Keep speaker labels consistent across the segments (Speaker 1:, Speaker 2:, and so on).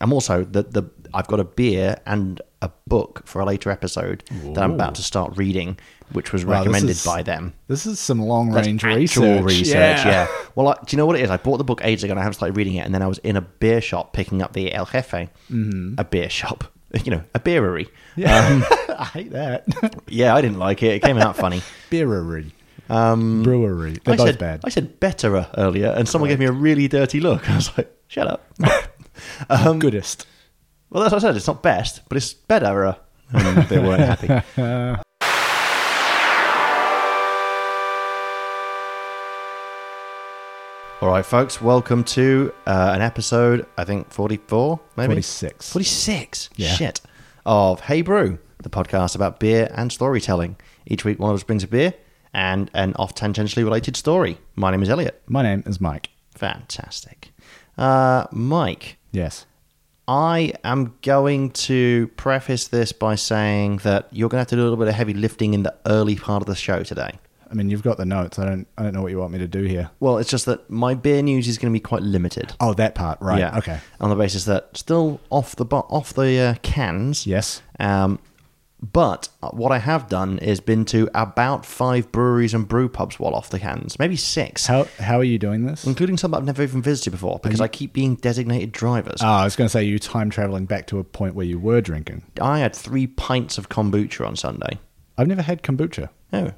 Speaker 1: I'm also the the I've got a beer and a book for a later episode that I'm about to start reading, which was
Speaker 2: Wow, this
Speaker 1: recommended
Speaker 2: is-
Speaker 1: by them.
Speaker 2: This is some long
Speaker 1: That's
Speaker 2: range
Speaker 1: actual
Speaker 2: research.
Speaker 1: research, yeah. Well, I, do you know what it is? I bought the book ages ago and I haven't started reading it. And then I was in a beer shop picking up the El Jefe, a beer shop, you know, a beerery.
Speaker 2: Mm-hmm. Yeah. I hate that.
Speaker 1: Yeah, I didn't like it. It came out funny.
Speaker 2: Brewery. Um, Brewery. They're
Speaker 1: I
Speaker 2: both
Speaker 1: said,
Speaker 2: bad.
Speaker 1: I said betterer earlier, and someone gave me a really dirty look. I was like, shut up. um,
Speaker 2: Goodest.
Speaker 1: well, that's what I said. It's not best, but it's betterer. And they weren't happy. All right, folks, welcome to uh, an episode, I think 44, maybe?
Speaker 2: 46.
Speaker 1: 46.
Speaker 2: Yeah.
Speaker 1: Shit. Of Hey Brew, the podcast about beer and storytelling. Each week, one of us brings a beer and an off tangentially related story. My name is Elliot.
Speaker 2: My name is Mike.
Speaker 1: Fantastic. Uh, Mike,
Speaker 2: Yes.
Speaker 1: I am going to preface this by saying that you're going to have to do a little bit of heavy lifting in the early part of the show today.
Speaker 2: I mean, you've got the notes. I don't. I don't know what you want me to do here.
Speaker 1: Well, it's just that my beer news is going to be quite limited.
Speaker 2: Oh, that part. Right. Okay.
Speaker 1: On the basis that still off the bo- off the uh, cans.
Speaker 2: Yes.
Speaker 1: Um, but uh, what I have done is been to about five breweries and brew pubs while off the cans, maybe six,
Speaker 2: How How are you doing this?
Speaker 1: including some that I've never even visited before because I keep being designated drivers.
Speaker 2: Oh, I was going to say you time traveling back to a point where you were drinking.
Speaker 1: I had three pints of kombucha on Sunday.
Speaker 2: I've never had kombucha.
Speaker 1: Oh,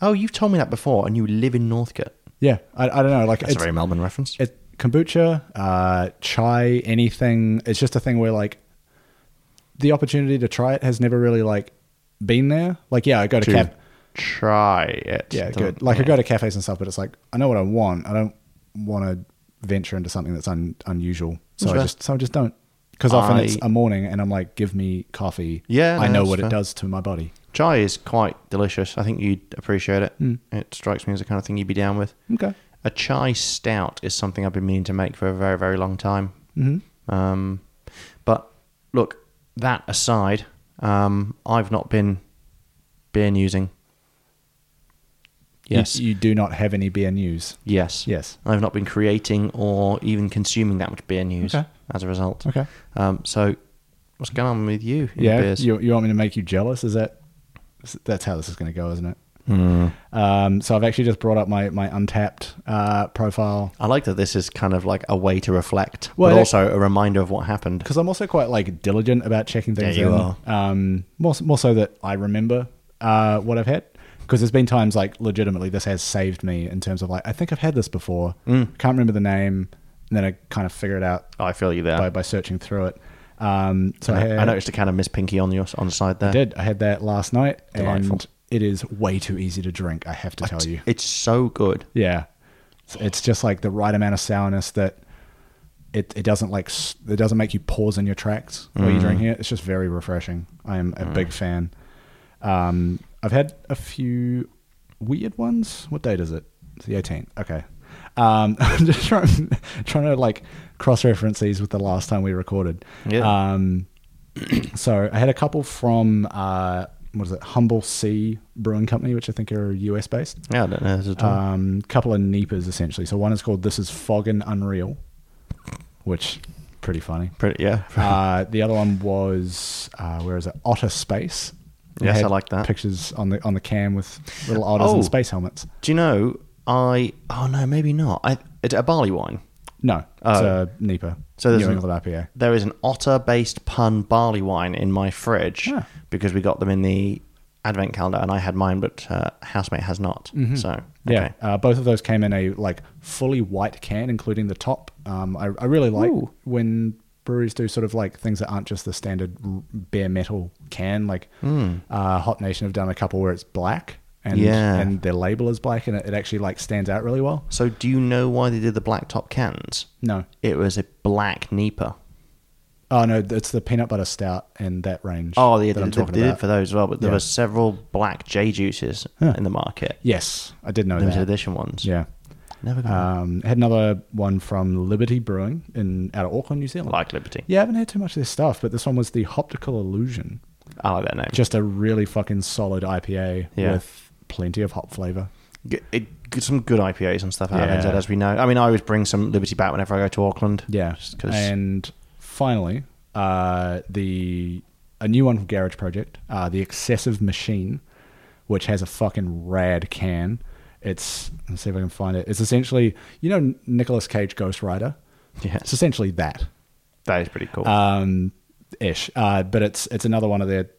Speaker 1: oh, you've told me that before, and you live in Northcote.
Speaker 2: Yeah. I, I don't know. Like
Speaker 1: That's
Speaker 2: it's,
Speaker 1: a very Melbourne reference.
Speaker 2: it kombucha, uh, chai, anything. It's just a thing where like the opportunity to try it has never really like been there. Like yeah, I go to,
Speaker 1: To
Speaker 2: caf-
Speaker 1: try it.
Speaker 2: yeah,
Speaker 1: Doesn't-
Speaker 2: good. Like I
Speaker 1: yeah.
Speaker 2: go to cafes and stuff, but it's like I know what I want. I don't want to venture into something that's un- unusual. So
Speaker 1: That's
Speaker 2: I
Speaker 1: fair.
Speaker 2: just so I just don't. Because often it's
Speaker 1: I-
Speaker 2: a morning and I'm like, give me coffee.
Speaker 1: Yeah,
Speaker 2: I
Speaker 1: no,
Speaker 2: know
Speaker 1: that's
Speaker 2: what
Speaker 1: fair.
Speaker 2: it does to my body.
Speaker 1: chai is quite delicious. I think you'd appreciate it.
Speaker 2: Mm.
Speaker 1: It strikes me as the kind of thing you'd be down with.
Speaker 2: Okay.
Speaker 1: A chai stout is something I've been meaning to make for a very, very long time. Mm-hmm. Um, but look, that aside, um, I've not been beer using.
Speaker 2: You-
Speaker 1: Yes.
Speaker 2: You, do not have any beer news.
Speaker 1: Yes.
Speaker 2: Yes.
Speaker 1: I've not been creating or even consuming that much beer news
Speaker 2: Okay.
Speaker 1: as a result.
Speaker 2: Okay.
Speaker 1: Um, so, what's going on with you? In
Speaker 2: Yeah.
Speaker 1: Beers?
Speaker 2: You, you want me to make you jealous? Is that that's how this is going to go, isn't it?
Speaker 1: Hmm.
Speaker 2: Um, so I've actually just brought up my my untapped uh, profile
Speaker 1: I like that this is kind of like a way to reflect,
Speaker 2: Well,
Speaker 1: but
Speaker 2: it-
Speaker 1: also a reminder of what happened.
Speaker 2: because I'm also quite like diligent about checking things.
Speaker 1: Yeah, you
Speaker 2: in.
Speaker 1: are.
Speaker 2: Um, more s- more so that I remember uh, what I've had because there's been times like legitimately this has saved me in terms of like I think I've had this before.
Speaker 1: Mm.
Speaker 2: Can't remember the name, and then I kind of figure it out
Speaker 1: Oh, I feel you there.
Speaker 2: by, by searching through it. Um, so I,
Speaker 1: I,
Speaker 2: had,
Speaker 1: I noticed a kind of Miss Pinky on your on the side there.
Speaker 2: I did. I had that last night,
Speaker 1: Delightful.
Speaker 2: and it is way too easy to drink. I have to tell you.
Speaker 1: It's so good.
Speaker 2: Yeah, It's- it's just like the right amount of sourness that it it doesn't like s- it doesn't make you pause in your tracks while you're drinking it. It's just very refreshing. I am a big fan. Um, I've had a few weird ones. What date is it? It's the 18th. Okay. Um, I'm just trying trying to like cross reference these with the last time we recorded.
Speaker 1: Yeah.
Speaker 2: Um, so I had a couple from uh, what is it? Humble Sea Brewing Company, which I think are US based
Speaker 1: Yeah, I don't know. This at all.
Speaker 2: um, couple of neepers essentially. So one is called "This Is Foggin' Unreal," which pretty funny.
Speaker 1: Pretty, yeah.
Speaker 2: Uh, the other one was uh, where is it? Otter Space. It
Speaker 1: Yes, I
Speaker 2: had
Speaker 1: like that.
Speaker 2: Pictures on the on the can with little otters
Speaker 1: Oh.
Speaker 2: and space helmets.
Speaker 1: Do you know? I oh no, maybe not. I it's a barley wine.
Speaker 2: No, it's
Speaker 1: Oh.
Speaker 2: a Nipah.
Speaker 1: So there's
Speaker 2: New
Speaker 1: an-
Speaker 2: England IPA.
Speaker 1: There is an otter-based pun barley wine in my fridge
Speaker 2: Ah.
Speaker 1: because we got them in the advent calendar, and I had mine, but uh, housemate has not. So okay.
Speaker 2: Yeah, uh, both of those came in a like fully white can, including the top. Um, I, I really like
Speaker 1: Ooh.
Speaker 2: when breweries do sort of like things that aren't just the standard r- bare metal can. Like uh, Hot Nation have done a couple where it's black and
Speaker 1: Hmm. Yeah.
Speaker 2: and their label is black, and it, it actually like stands out really well.
Speaker 1: So do you know why they did the black top cans?
Speaker 2: No,
Speaker 1: It was a black Nipah.
Speaker 2: oh no, it's the peanut butter stout and that range.
Speaker 1: Oh, they,
Speaker 2: that
Speaker 1: did, they did it for those as well, but there
Speaker 2: Yeah.
Speaker 1: were several black J juices in the market, Uh,
Speaker 2: yes, I did know
Speaker 1: limited
Speaker 2: that.
Speaker 1: edition ones.
Speaker 2: Yeah.
Speaker 1: Never got
Speaker 2: Um, had another one from Liberty Brewing in out of Auckland, New Zealand.
Speaker 1: like Liberty.
Speaker 2: Yeah, I haven't had too much of this stuff, but this one was the Hoptical Illusion.
Speaker 1: I like that name.
Speaker 2: Just a really fucking solid IPA
Speaker 1: Yeah.
Speaker 2: with plenty of hop flavor.
Speaker 1: G- it, g- some good IPAs and stuff out of
Speaker 2: Yeah.
Speaker 1: NZ, as we know. I mean, I always bring some Liberty back whenever I go to Auckland.
Speaker 2: Yeah.
Speaker 1: Just 'cause-
Speaker 2: And finally, uh, the a new one from Garage Project, uh, the Excessive Machine, which has a fucking rad can. It's let's see if I can find it. It's essentially you know Nicolas Cage Ghost Rider. It's
Speaker 1: Yes,
Speaker 2: essentially that
Speaker 1: that is pretty cool.
Speaker 2: um, ish. Uh, but it's it's another one of their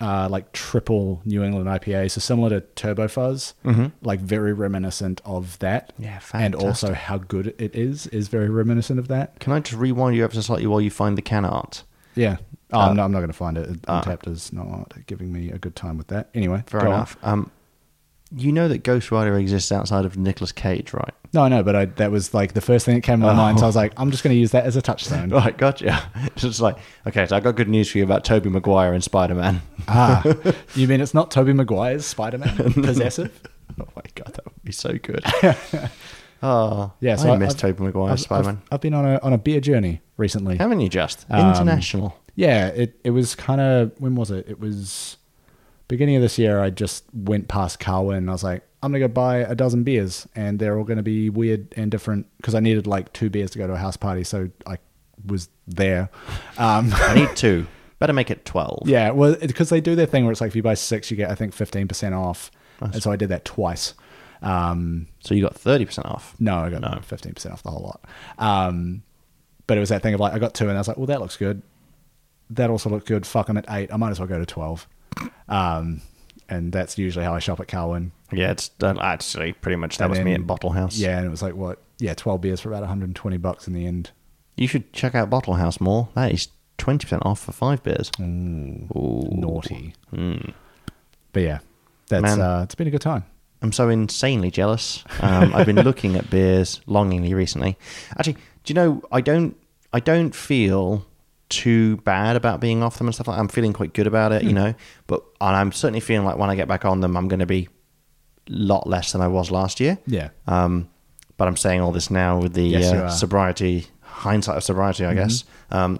Speaker 2: uh, like triple New England IPAs, so similar to Turbo Fuzz, like very reminiscent of that.
Speaker 1: Mm-hmm. Yeah,
Speaker 2: and also how good it is is very reminiscent of that.
Speaker 1: Can I just rewind you ever so slightly while you find the can art?
Speaker 2: Yeah. Oh,
Speaker 1: Uh,
Speaker 2: I'm not, I'm not going to find it. Untapped is not giving me a good time with that. Anyway,
Speaker 1: Fair
Speaker 2: go on.
Speaker 1: enough. Um, you know that Ghost Rider exists outside of Nicolas Cage, right?
Speaker 2: No, I know, but I, that was like the first thing that came to my mind. So I was like, I'm just going to use that as a touchstone.
Speaker 1: Right, gotcha. It's just like, okay, so I got good news for you about Toby Maguire and Spider Man.
Speaker 2: ah, you mean it's not Toby Maguire's Spider-Man possessive?
Speaker 1: oh my god, that would be so good. oh,
Speaker 2: Yeah, so
Speaker 1: I,
Speaker 2: I-
Speaker 1: miss
Speaker 2: I've-
Speaker 1: Toby Maguire
Speaker 2: I've,
Speaker 1: Spider Man.
Speaker 2: I've, I've been on a on a beer journey recently.
Speaker 1: Haven't you just
Speaker 2: Um,
Speaker 1: international?
Speaker 2: Yeah, it, it was kind of when was it? It was beginning of this year. I just went past Carwin and I was like, I'm gonna go buy a dozen beers, and they're all gonna be weird and different because I needed like two beers to go to a house party, so I was there. Um,
Speaker 1: I need two. Better make it twelve.
Speaker 2: yeah, well, because they do their thing where it's like if you buy six, you get I think fifteen percent off, and so I did that twice. Um,
Speaker 1: So you got thirty percent off.
Speaker 2: no, I got fifteen percent off the whole lot. Um, but it was that thing of like I got two, and I was like, well, that looks good. That also looked good. Fuck, I'm at eight. I might as well go to twelve. Um, and that's usually how I shop at Carwin.
Speaker 1: Yeah, it's uh, actually pretty much that
Speaker 2: And
Speaker 1: was me at
Speaker 2: then-
Speaker 1: Bottle House.
Speaker 2: Yeah, and it was like what? Yeah, twelve beers for about 120 bucks in the end.
Speaker 1: You should check out Bottle House more. That is twenty percent off for five beers. Ooh. Hmm.
Speaker 2: Naughty. But yeah, that's
Speaker 1: Man.
Speaker 2: uh, it's been a good time.
Speaker 1: I'm so insanely jealous. Um, I've been looking at beers longingly recently. Actually, do you know I don't I don't feel too bad about being off them and stuff like that. I'm feeling quite good about it, you know. But and I'm certainly feeling like when I get back on them I'm gonna be a lot less than I was last year.
Speaker 2: Yeah.
Speaker 1: Um, but I'm saying all this now with the
Speaker 2: Yes, you
Speaker 1: uh,
Speaker 2: are. Mm-hmm.
Speaker 1: sobriety, hindsight of sobriety, I guess. Um,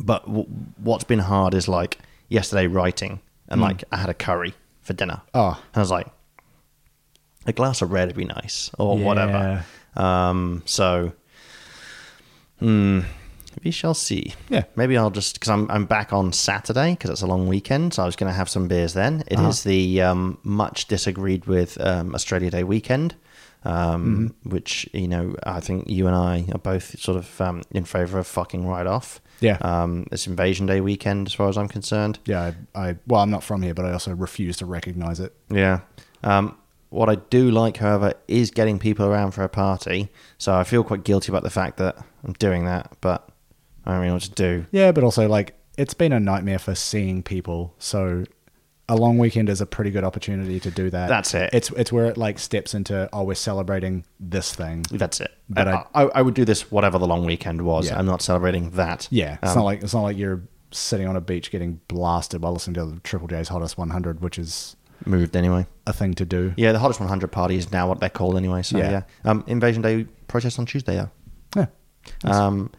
Speaker 1: but w- what's been hard is like yesterday writing, and
Speaker 2: Mm.
Speaker 1: like I had a curry for dinner.
Speaker 2: Oh.
Speaker 1: and I was like, a glass of red would be nice, or
Speaker 2: Yeah.
Speaker 1: whatever. Um, so, hmm, we shall see.
Speaker 2: Yeah.
Speaker 1: maybe I'll just because I'm I'm back on Saturday because it's a long weekend, so I was going to have some beers then.
Speaker 2: Uh-huh.
Speaker 1: It is the um, much disagreed with um, Australia Day weekend, um,
Speaker 2: Mm-hmm.
Speaker 1: which you know I think you and I are both sort of um, in favour of fucking right off.
Speaker 2: Yeah.
Speaker 1: um, it's Invasion Day weekend as far as I'm concerned.
Speaker 2: Yeah, I, I well, I'm not from here, but I also refuse to recognize it.
Speaker 1: Yeah. Um, what I do like, however, is getting people around for a party. So I feel quite guilty about the fact that I'm doing that, but I don't really know what to do.
Speaker 2: Yeah, but also like it's been a nightmare for seeing people. So a long weekend is a pretty good opportunity to do that.
Speaker 1: That's it.
Speaker 2: It's it's where it like steps into oh we're celebrating this thing.
Speaker 1: That's it.
Speaker 2: But
Speaker 1: I, I, I would do this whatever the long weekend was.
Speaker 2: Yeah.
Speaker 1: I'm not celebrating that.
Speaker 2: Yeah, it's
Speaker 1: Um,
Speaker 2: not like it's not like you're sitting on a beach getting blasted while listening to the Triple J's Hottest 100, which is
Speaker 1: moved anyway.
Speaker 2: a thing to do.
Speaker 1: Yeah, the hottest 100 party is now what they're called anyway. So yeah,
Speaker 2: Yeah.
Speaker 1: Um, Invasion Day protest on Tuesday though.
Speaker 2: Yeah.
Speaker 1: Um,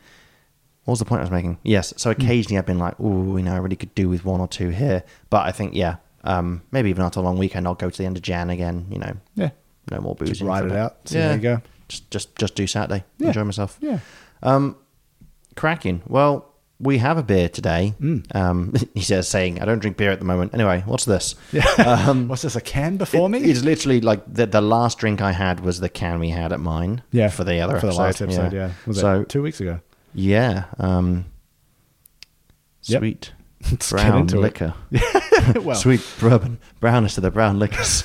Speaker 1: what was the point I was making? Yes. So
Speaker 2: Hmm.
Speaker 1: occasionally I've been like, "Ooh, you know, I really could do with one or two here," but I think, yeah, um, maybe even after a long weekend, I'll go to the end of Jan again. You know,
Speaker 2: Yeah.
Speaker 1: no more booze.
Speaker 2: ride it out, see how you go.
Speaker 1: Just, just, just do Saturday.
Speaker 2: Yeah.
Speaker 1: Enjoy myself.
Speaker 2: Yeah.
Speaker 1: Um, cracking. Well, we have a beer today.
Speaker 2: Mm.
Speaker 1: Um, he says, saying, "I don't drink beer at the moment." Anyway, what's this?
Speaker 2: Um, What's this, a can before me?
Speaker 1: It's literally like the, the last drink I had was the can we had at mine.
Speaker 2: yeah.
Speaker 1: for the other
Speaker 2: for the
Speaker 1: episode.
Speaker 2: last episode, yeah. Was
Speaker 1: so
Speaker 2: it two weeks ago?
Speaker 1: yeah, um,
Speaker 2: Yep.
Speaker 1: sweet
Speaker 2: Let's get
Speaker 1: brown
Speaker 2: into it.
Speaker 1: liquor.
Speaker 2: well,
Speaker 1: Sweet bourbon, brownest of the brown liquors.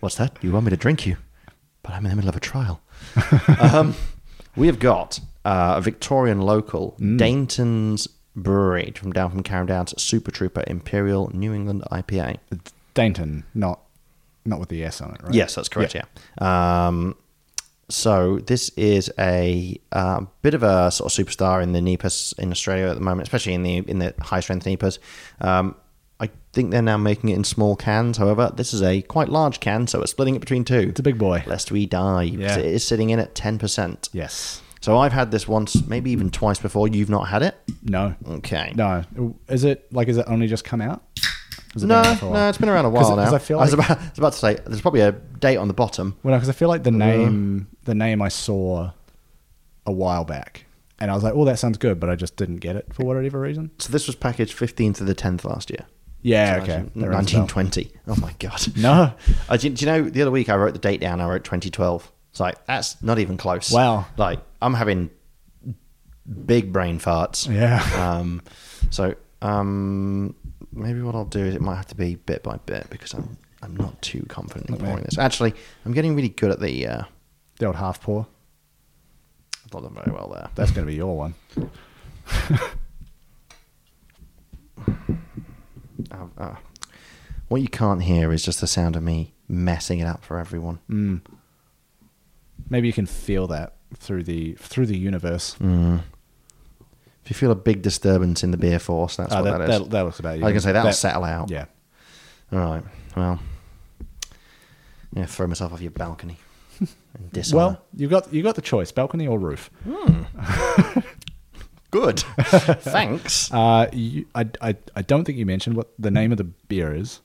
Speaker 1: What's that? You want me to drink you? But I'm in the middle of a trial. um, we have got uh, a Victorian local,
Speaker 2: Mm.
Speaker 1: Dainton's Brewery, from down from Carrum Downs, Super Trooper Imperial New England IPA.
Speaker 2: it's Dainton, not not with the S on it, right?
Speaker 1: Yes, that's correct. Yeah. Um, so this is a uh, bit of a sort of superstar in the Nipahs in Australia at the moment, especially in the in the high strength Nipahs. Um, I think they're now making it in small cans. However, this is a quite large can, so it's splitting it between two.
Speaker 2: It's a big boy.
Speaker 1: Lest we die. because
Speaker 2: Yeah.
Speaker 1: It is sitting in at ten percent.
Speaker 2: Yes.
Speaker 1: So I've had this once, maybe even twice before. You've not had it.
Speaker 2: No.
Speaker 1: Okay.
Speaker 2: No. Is it like? Is it only just come out? Has it been
Speaker 1: No,
Speaker 2: out for a while?
Speaker 1: no, it's been around a while
Speaker 2: 'Cause-
Speaker 1: now.
Speaker 2: 'cause I feel
Speaker 1: was
Speaker 2: like-
Speaker 1: about, I was about to say there's probably a date on the bottom. Uh-huh.
Speaker 2: Well, because I feel like the name, the name I saw a while back, And I was like, "Oh, that sounds good," but I just didn't get it for whatever reason.
Speaker 1: So this was packaged 15th of the 10th last year.
Speaker 2: Yeah,
Speaker 1: So
Speaker 2: okay.
Speaker 1: imagine-
Speaker 2: That rings a bell.
Speaker 1: 1920. Oh my god.
Speaker 2: No.
Speaker 1: I, do, do you know the other week I wrote the date down? I wrote 2012. It's like that's not even close.
Speaker 2: Wow.
Speaker 1: Like I'm having big brain farts.
Speaker 2: Yeah.
Speaker 1: Um, so um, maybe what I'll do is it might have to be bit by bit because I'm I'm not too confident in
Speaker 2: Okay.
Speaker 1: pouring this. Actually, I'm getting really good at the. Uh,
Speaker 2: The old half pour.
Speaker 1: I've not done very well there.
Speaker 2: That's going to be your one.
Speaker 1: Uh, uh, what you can't hear is just the sound of me messing it up for everyone.
Speaker 2: Maybe you can feel that through the through the universe.
Speaker 1: Mm, If you feel a big disturbance in the beer force, that's
Speaker 2: Oh,
Speaker 1: what
Speaker 2: that,
Speaker 1: that is.
Speaker 2: that, that looks about you.
Speaker 1: I can say that'll settle out.
Speaker 2: Yeah.
Speaker 1: All right. Well, yeah, throw myself off your balcony. And dishonor.
Speaker 2: Well, you got you got the choice: balcony or roof.
Speaker 1: Mm. good. Thanks.
Speaker 2: Uh, you, I, I I don't think you mentioned what the name of the beer is.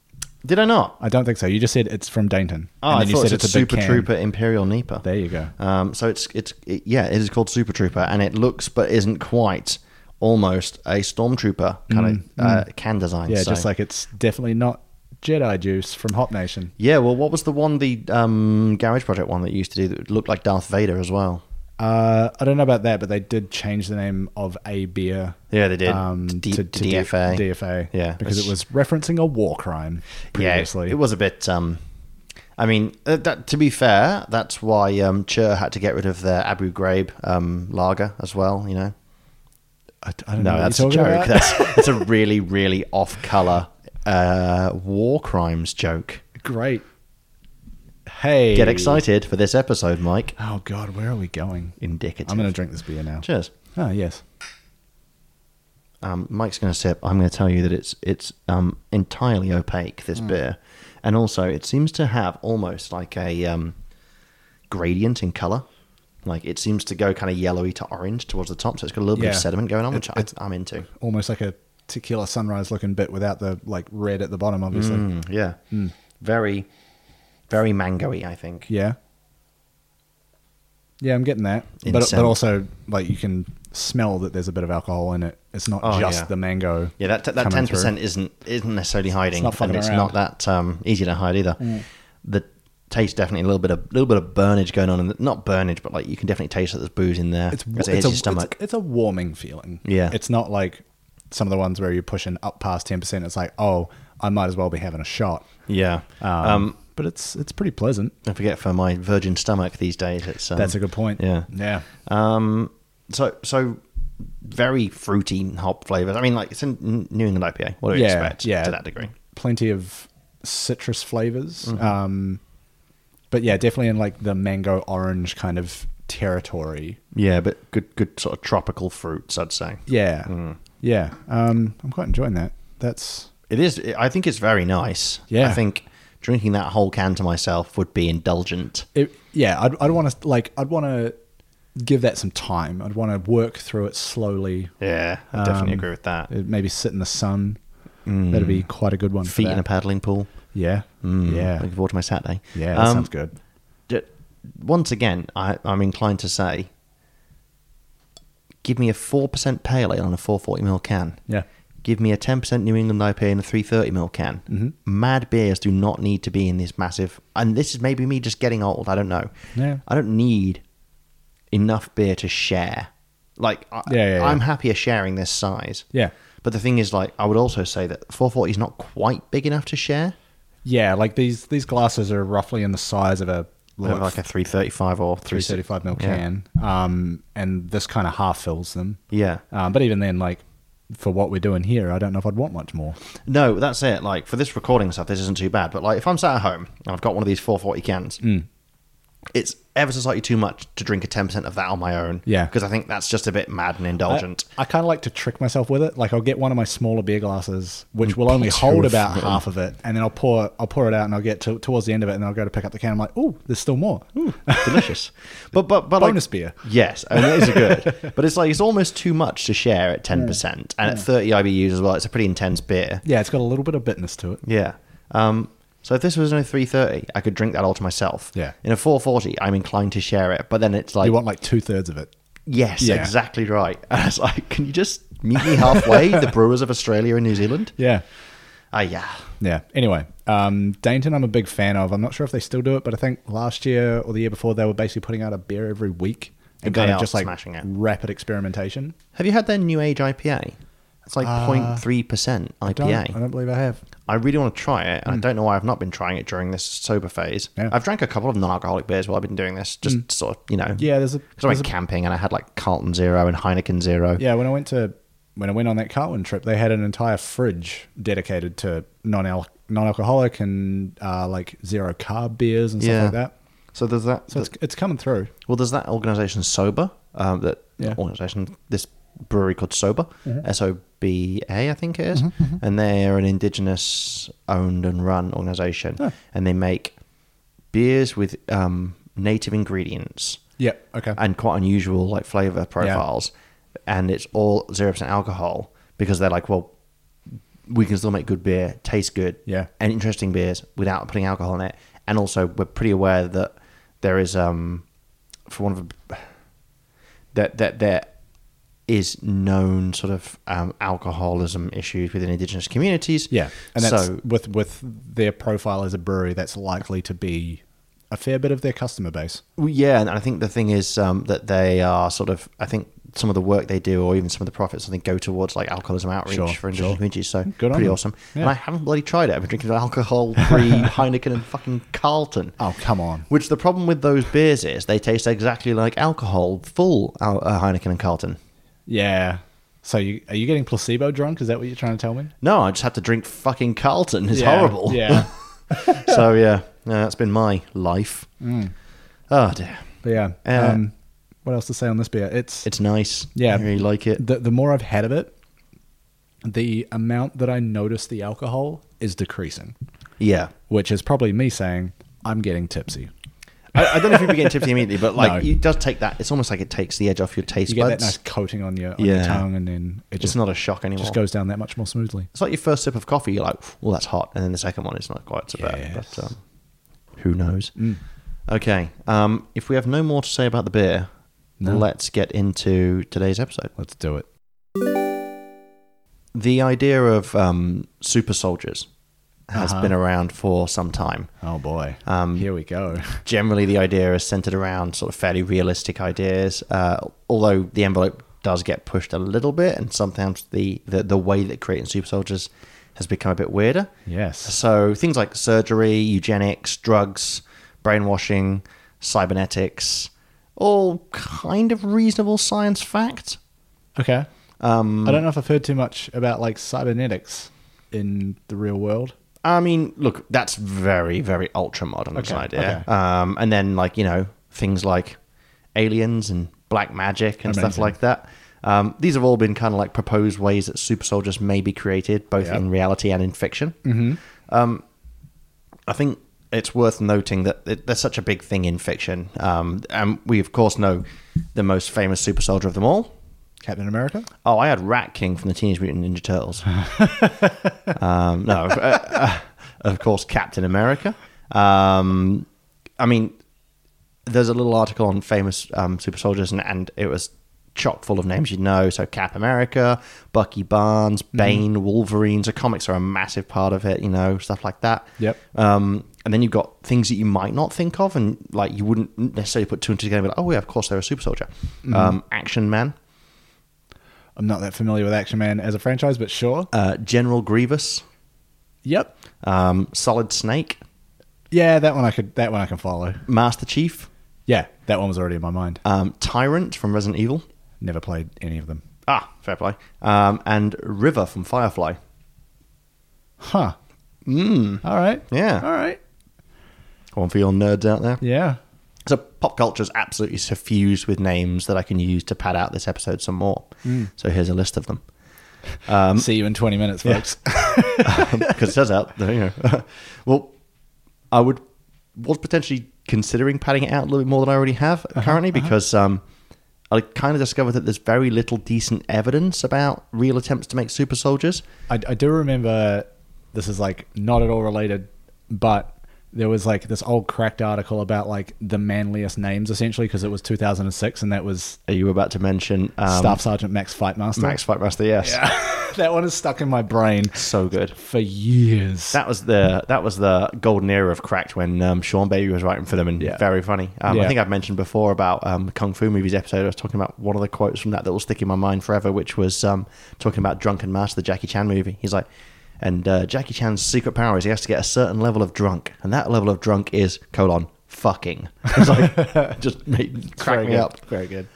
Speaker 1: Did I not?
Speaker 2: I don't think so. You just said it's from Dainton.
Speaker 1: Oh,
Speaker 2: And
Speaker 1: I
Speaker 2: then you
Speaker 1: thought
Speaker 2: said
Speaker 1: it's,
Speaker 2: a big
Speaker 1: Super
Speaker 2: can.
Speaker 1: Trooper Imperial Nipah.
Speaker 2: There you go.
Speaker 1: Um, so it's it's it, yeah, it is called Super Trooper, and it looks but isn't quite almost a Stormtrooper kind of uh, can design.
Speaker 2: Mm, Yeah,
Speaker 1: so-
Speaker 2: just like it's definitely not Jedi juice from Hop Nation.
Speaker 1: yeah. Well, what was the one the um, Garage Project one that you used to do that looked like Darth Vader as well?
Speaker 2: Uh, I don't know about that, but they did change the name of a beer.
Speaker 1: Yeah, they did.
Speaker 2: Um,
Speaker 1: To D- to
Speaker 2: to, to D-
Speaker 1: DFA.
Speaker 2: DFA.
Speaker 1: Yeah,
Speaker 2: because it
Speaker 1: which-
Speaker 2: was referencing a war crime previously.
Speaker 1: Yeah, it was a bit. Um, I mean, uh, that, to be fair, that's why um, Chur had to get rid of their Abu Ghraib um, lager as well. You know,
Speaker 2: I, I don't know.
Speaker 1: no,
Speaker 2: what
Speaker 1: that's
Speaker 2: you're
Speaker 1: a
Speaker 2: talking
Speaker 1: joke.
Speaker 2: about.
Speaker 1: That's it's a really, really off-color uh, war crimes joke.
Speaker 2: great. Hey,
Speaker 1: Get excited for this episode, Mike.
Speaker 2: Oh God, where are we going?
Speaker 1: Indicative.
Speaker 2: I'm going to drink this beer now.
Speaker 1: Cheers.
Speaker 2: Oh yes.
Speaker 1: Um, Mike's going to sip. I'm going to tell you that it's it's um, entirely opaque.
Speaker 2: Hmm.
Speaker 1: This beer, and also it seems to have almost like a um, gradient in color. Like it seems to go kind of yellowy to orange towards the top, so it's got a little bit
Speaker 2: Yeah.
Speaker 1: of sediment going on,
Speaker 2: It-
Speaker 1: which I,
Speaker 2: it's-
Speaker 1: I'm into.
Speaker 2: almost like a tequila sunrise looking bit without the like red at the bottom obviously
Speaker 1: Mm, yeah,
Speaker 2: Hmm.
Speaker 1: very, very mangoey. I think.
Speaker 2: yeah yeah i'm getting that
Speaker 1: In
Speaker 2: but
Speaker 1: scent.
Speaker 2: but also like you can smell that there's a bit of alcohol in it it's not
Speaker 1: Oh,
Speaker 2: just
Speaker 1: yeah.
Speaker 2: the mango
Speaker 1: Yeah, that that
Speaker 2: coming
Speaker 1: ten
Speaker 2: through.
Speaker 1: percent isn't isn't necessarily hiding,
Speaker 2: not fucking
Speaker 1: and it's
Speaker 2: around. Mm.
Speaker 1: not that um, easy to hide either. The taste definitely a little bit of little bit of burnage going on, and not burnage, but like you can definitely taste that there's booze in there.
Speaker 2: it's,
Speaker 1: as
Speaker 2: it's,
Speaker 1: it hits
Speaker 2: a,
Speaker 1: your stomach.
Speaker 2: It's, it's a warming feeling
Speaker 1: Yeah.
Speaker 2: it's not like some of the ones where you're pushing up past 10% it's like oh i might as well be having a shot
Speaker 1: yeah,
Speaker 2: um,
Speaker 1: um,
Speaker 2: but it's it's pretty pleasant
Speaker 1: I forget for my virgin stomach these days. It's um,
Speaker 2: that's a good point
Speaker 1: Yeah,
Speaker 2: yeah
Speaker 1: Um, so so very fruity hop flavors. I mean, like it's a N- New England IPA. What do you expect? to that degree.
Speaker 2: Plenty of citrus flavors.
Speaker 1: Mm-hmm.
Speaker 2: Um, but yeah, definitely in like the mango orange kind of territory.
Speaker 1: Yeah, but good good sort of tropical fruits, I'd say.
Speaker 2: Yeah.
Speaker 1: Hmm.
Speaker 2: Yeah. Um, I'm quite enjoying that. That's
Speaker 1: It is. I think it's very nice.
Speaker 2: Yeah.
Speaker 1: I think drinking that whole can to myself would be indulgent.
Speaker 2: it. Yeah. I'd, I'd want to like, I'd want to give that some time. I'd want to work through it slowly.
Speaker 1: Yeah, I definitely
Speaker 2: Um,
Speaker 1: agree with that.
Speaker 2: It'd maybe sit in the sun. That'd be quite a good one. for
Speaker 1: Hmm. Feet in
Speaker 2: that.
Speaker 1: a paddling pool.
Speaker 2: Yeah.
Speaker 1: Mm,
Speaker 2: Yeah.
Speaker 1: Looking forward to my Saturday.
Speaker 2: Yeah. That
Speaker 1: Um,
Speaker 2: sounds good.
Speaker 1: d- Once again, I, I'm inclined to say, give me a four percent pale ale in a 440 ml can.
Speaker 2: Yeah.
Speaker 1: Give me a 10% New England IPA in a 330 ml can.
Speaker 2: Mm-hmm.
Speaker 1: Mad beers do not need to be in this massive. And this is maybe me just getting old. I don't know.
Speaker 2: Yeah.
Speaker 1: I don't need enough beer to share. Like, I,
Speaker 2: Yeah, yeah,
Speaker 1: I'm
Speaker 2: yeah.
Speaker 1: happier sharing this size.
Speaker 2: Yeah.
Speaker 1: But the thing is, like, I would also say that 440 is not quite big enough to share.
Speaker 2: Yeah. Like these, these glasses are roughly in the size of a,
Speaker 1: Like, a 335 or 360.
Speaker 2: 335 mil
Speaker 1: Yeah.
Speaker 2: can, um, and this kind of half fills them.
Speaker 1: Yeah.
Speaker 2: Um, but even then, like for what we're doing here, I don't know if I'd want much more.
Speaker 1: No, that's it. Like for this recording stuff, this isn't too bad. But like if I'm sat at home and I've got one of these 440 cans,
Speaker 2: Mm.
Speaker 1: it's ever so slightly too much to drink a 10% of that on my own.
Speaker 2: Yeah.
Speaker 1: Because I think that's just a bit mad and
Speaker 2: I-
Speaker 1: indulgent.
Speaker 2: I, kind of like to trick myself with it. Like I'll get one of my smaller beer glasses,
Speaker 1: Mm,
Speaker 2: which will only hold about half of it, and then I'll pour I'll pour it out, and I'll get to, towards the end of it, and then I'll go to pick up the can. I'm like, oh, there's still more.
Speaker 1: Hmm. Delicious. But, but, but,
Speaker 2: Uh, Bonus
Speaker 1: like,
Speaker 2: beer.
Speaker 1: Yes. I mean, those are good. but it's like, it's almost too much to share at 10%. And at 30 IBUs as well, it's a pretty intense beer.
Speaker 2: Yeah, it's got a little bit of bitterness to it.
Speaker 1: Yeah. Um, so if this was in a 330, I could drink that all to myself.
Speaker 2: Yeah.
Speaker 1: In a 440, I'm inclined to share it. But then it's like,
Speaker 2: You want like two thirds of it.
Speaker 1: yes,
Speaker 2: Yeah.
Speaker 1: exactly right. And I was like, can you just meet me halfway? the brewers of Australia and New Zealand.
Speaker 2: Yeah.
Speaker 1: Ah, yeah.
Speaker 2: Yeah. Anyway, um, Dainton, I'm a big fan of. I'm not sure if they still do it, but I think last year or the year before, they were basically putting out a beer every week and
Speaker 1: They
Speaker 2: kind of
Speaker 1: are
Speaker 2: just like
Speaker 1: smashing it.
Speaker 2: rapid experimentation.
Speaker 1: Have you had their New Age IPA? It's like
Speaker 2: Uh,
Speaker 1: 0.3%
Speaker 2: Don't,
Speaker 1: IPA.
Speaker 2: I don't believe I have.
Speaker 1: I really want to try it, and I don't know why I've not been trying it during this sober phase.
Speaker 2: Yeah. Hmm.
Speaker 1: I've drank a couple of non-alcoholic beers while I've been doing this, just sort of, you know.
Speaker 2: Yeah, there's a-
Speaker 1: Because I went
Speaker 2: there's a-
Speaker 1: camping and I had like Carlton Zero and Heineken Zero.
Speaker 2: Yeah, when I went to when I went on that Cartwin trip, they had an entire fridge dedicated to non non alcoholic and uh, like zero carb beers and stuff
Speaker 1: Yeah.
Speaker 2: like that.
Speaker 1: So there's that.
Speaker 2: So it's it's coming through.
Speaker 1: well, there's that organisation Sober. Um, that
Speaker 2: Yeah.
Speaker 1: organisation, this brewery called Sober, S O B A, I think it is. and they're an indigenous-owned and run organisation,
Speaker 2: Oh.
Speaker 1: and they make beers with um, native ingredients.
Speaker 2: Yep. Okay.
Speaker 1: and quite unusual like flavor profiles, and it's all zero percent alcohol because they're like, well, we can still make good beer, taste good,
Speaker 2: Yeah.
Speaker 1: and interesting beers without putting alcohol in it, and also we're pretty aware that there is um, for one of the, that that there is known sort of um, alcoholism issues within indigenous communities.
Speaker 2: yeah, and that's
Speaker 1: so
Speaker 2: with with their profile as a brewery, that's likely to be a fair bit of their customer base.
Speaker 1: Well, yeah, and I think the thing is um, that they are sort of. I think some of the work they do, or even some of the profits, I think go towards like alcoholism outreach
Speaker 2: Sure,
Speaker 1: for
Speaker 2: sure.
Speaker 1: indigenous communities. So
Speaker 2: Good on
Speaker 1: pretty
Speaker 2: them.
Speaker 1: awesome.
Speaker 2: Yeah.
Speaker 1: And I haven't bloody tried it. I've been drinking alcohol free Heineken and fucking Carlton.
Speaker 2: Oh come on.
Speaker 1: Which the problem with those beers is they taste exactly like alcohol, full al- uh, Heineken and Carlton.
Speaker 2: Yeah. So you are you getting placebo drunk? Is that what you're trying to tell me?
Speaker 1: No, I just had to drink fucking Carlton. It's
Speaker 2: Yeah,
Speaker 1: horrible.
Speaker 2: Yeah.
Speaker 1: so yeah, no, that's been my life.
Speaker 2: Mm.
Speaker 1: Oh dear,
Speaker 2: but yeah.
Speaker 1: Uh,
Speaker 2: um, what else to say on this beer? It's
Speaker 1: it's nice.
Speaker 2: Yeah.
Speaker 1: I really like it.
Speaker 2: the the more I've had of it, the amount that I notice the alcohol is decreasing,
Speaker 1: Yeah.
Speaker 2: which is probably me saying I'm getting tipsy.
Speaker 1: I, I don't know if you begin tipsy immediately, but like
Speaker 2: No.
Speaker 1: it does take that. It's almost like it takes the edge off your taste
Speaker 2: You get that
Speaker 1: buds.
Speaker 2: nice coating on your on your
Speaker 1: Yeah.
Speaker 2: tongue, and then it
Speaker 1: It's
Speaker 2: just
Speaker 1: not a shock anymore.
Speaker 2: just goes down that much more smoothly.
Speaker 1: it's like your first sip of coffee. You're like, "Well, that's hot," and then the second one, it's not quite so bad.
Speaker 2: Yes.
Speaker 1: But um, who knows?
Speaker 2: Mm,
Speaker 1: Okay. Um, if we have no more to say about the beer,
Speaker 2: No.
Speaker 1: let's get into today's episode.
Speaker 2: Let's do it.
Speaker 1: The idea of um, super soldiers has
Speaker 2: Uh-huh.
Speaker 1: been around for some time.
Speaker 2: Oh boy,
Speaker 1: Um,
Speaker 2: here we go.
Speaker 1: generally the idea is centered around sort of fairly realistic ideas uh, although the envelope does get pushed a little bit and sometimes the, the, the way that creating super soldiers has become a bit weirder
Speaker 2: Yes,
Speaker 1: so things like surgery eugenics drugs brainwashing cybernetics all kind of reasonable science fact
Speaker 2: okay.
Speaker 1: um,
Speaker 2: I don't know if I've heard too much about like cybernetics in the real world.
Speaker 1: I mean, look, that's very, very ultra modern as an
Speaker 2: Okay,
Speaker 1: idea.
Speaker 2: okay.
Speaker 1: Um, and then, like, you know, things like aliens and black magic and stuff
Speaker 2: Amazing.
Speaker 1: like that. Um, these have all been kind of like proposed ways that super soldiers may be created, both
Speaker 2: Yep.
Speaker 1: in reality and in fiction. Mm-hmm. Um, I think it's worth noting that it, there's such a big thing in fiction. Um, and we, of course, know the most famous super soldier of them all.
Speaker 2: Captain America.
Speaker 1: Oh, I had Rat King from the Teenage Mutant Ninja Turtles. um, no, uh, uh, of course, Captain America. Um, I mean, there's a little article on famous um, super soldiers, and, and it was chock full of names you'd know. So Cap America, Bucky Barnes, Bane, Wolverine. So comics are a massive part of it, you know, stuff like that.
Speaker 2: Yep.
Speaker 1: Um, and then you've got things that you might not think of, and like you wouldn't necessarily put two and two together. But, oh yeah, of course they're a super soldier. Um, Action Man.
Speaker 2: I'm not that familiar with Action Man as a franchise, but sure.
Speaker 1: uh, General Grievous,
Speaker 2: Yep.
Speaker 1: um, Solid Snake,
Speaker 2: Yeah, that one I could. That one I can follow.
Speaker 1: Master Chief,
Speaker 2: Yeah, that one was already in my mind.
Speaker 1: um, Tyrant from Resident Evil.
Speaker 2: Never played any of them.
Speaker 1: Ah, fair play. Um, and River from Firefly.
Speaker 2: Huh. Mm. All right.
Speaker 1: Yeah.
Speaker 2: All right.
Speaker 1: One for your nerds out there.
Speaker 2: Yeah.
Speaker 1: So pop culture is absolutely suffused with names that I can use to pad out this episode some more. So here's a list of them. Um,
Speaker 2: See you in 20 minutes, folks.
Speaker 1: because it says out there, you know. well, I would was potentially considering padding it out a little bit more than I already have currently because um, I kind of discovered that there's very little decent evidence about real attempts to make super soldiers.
Speaker 2: I, I do remember this is like not at all related, but there was like this old cracked article about like the manliest names essentially because it was 2006 and that was
Speaker 1: Are you about to mention um,
Speaker 2: Staff Sergeant Max Fightmaster.
Speaker 1: Max Fight Master? Yes,
Speaker 2: that one is stuck in my brain
Speaker 1: so good.
Speaker 2: for years.
Speaker 1: That was the that was the golden era of Cracked when um, Sean Baby was writing for them and
Speaker 2: Yeah.
Speaker 1: very funny. Um, I
Speaker 2: Yeah.
Speaker 1: think I've mentioned before about um, Kung Fu movies episode. I was talking about one of the quotes from that that will stick in my mind forever, which was um, talking about Drunken Master, the Jackie Chan movie. He's like, and uh, Jackie Chan's secret power is he has to get a certain level of drunk, and that level of drunk is colon fucking. It's like just made, crack
Speaker 2: Very
Speaker 1: me
Speaker 2: good.
Speaker 1: up.
Speaker 2: Very good.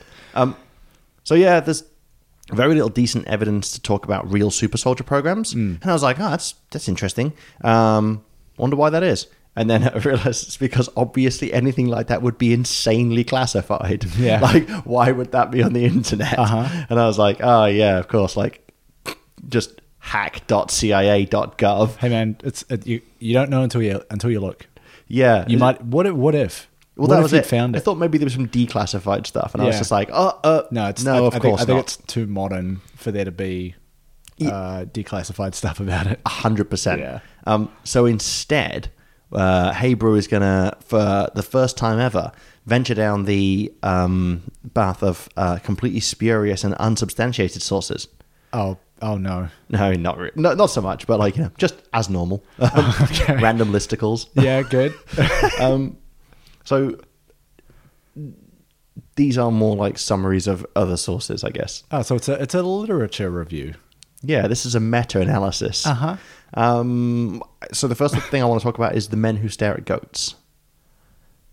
Speaker 1: So yeah, there's very little decent evidence to talk about real super soldier programs,
Speaker 2: Hmm.
Speaker 1: and I was like, oh, that's that's interesting. Um, wonder why that is. And then I realized it's because obviously anything like that would be insanely classified.
Speaker 2: Yeah.
Speaker 1: like why would that be on the internet?
Speaker 2: Uh-huh.
Speaker 1: And I was like, oh yeah, of course. Like just hack.cia.gov.
Speaker 2: Hey man, it's it, you. You don't know until you until you look.
Speaker 1: Yeah,
Speaker 2: You might. What if? What if?
Speaker 1: Well,
Speaker 2: what
Speaker 1: that
Speaker 2: if
Speaker 1: was
Speaker 2: you'd
Speaker 1: it.
Speaker 2: Found
Speaker 1: I
Speaker 2: it.
Speaker 1: thought maybe there was some declassified stuff, and I was
Speaker 2: Yeah.
Speaker 1: just like, oh, uh,
Speaker 2: no, it's
Speaker 1: no, of
Speaker 2: I, I think-
Speaker 1: course
Speaker 2: I think
Speaker 1: not.
Speaker 2: it's too modern for there to be uh, declassified stuff about it.
Speaker 1: hundred percent.
Speaker 2: Yeah.
Speaker 1: Um, so instead, uh, Hey Brew is gonna, for the first time ever, venture down the um, path of uh, completely spurious and unsubstantiated sources.
Speaker 2: Oh, oh no.
Speaker 1: No, not re- no, not so much, but like you know, just as normal, Um, random listicles.
Speaker 2: Yeah, good.
Speaker 1: So these are more like summaries of other sources, I guess.
Speaker 2: oh, so it's a it's a literature review.
Speaker 1: Yeah, this is a meta-analysis.
Speaker 2: Uh-huh.
Speaker 1: Um, so the first thing I want to talk about is the men who stare at goats.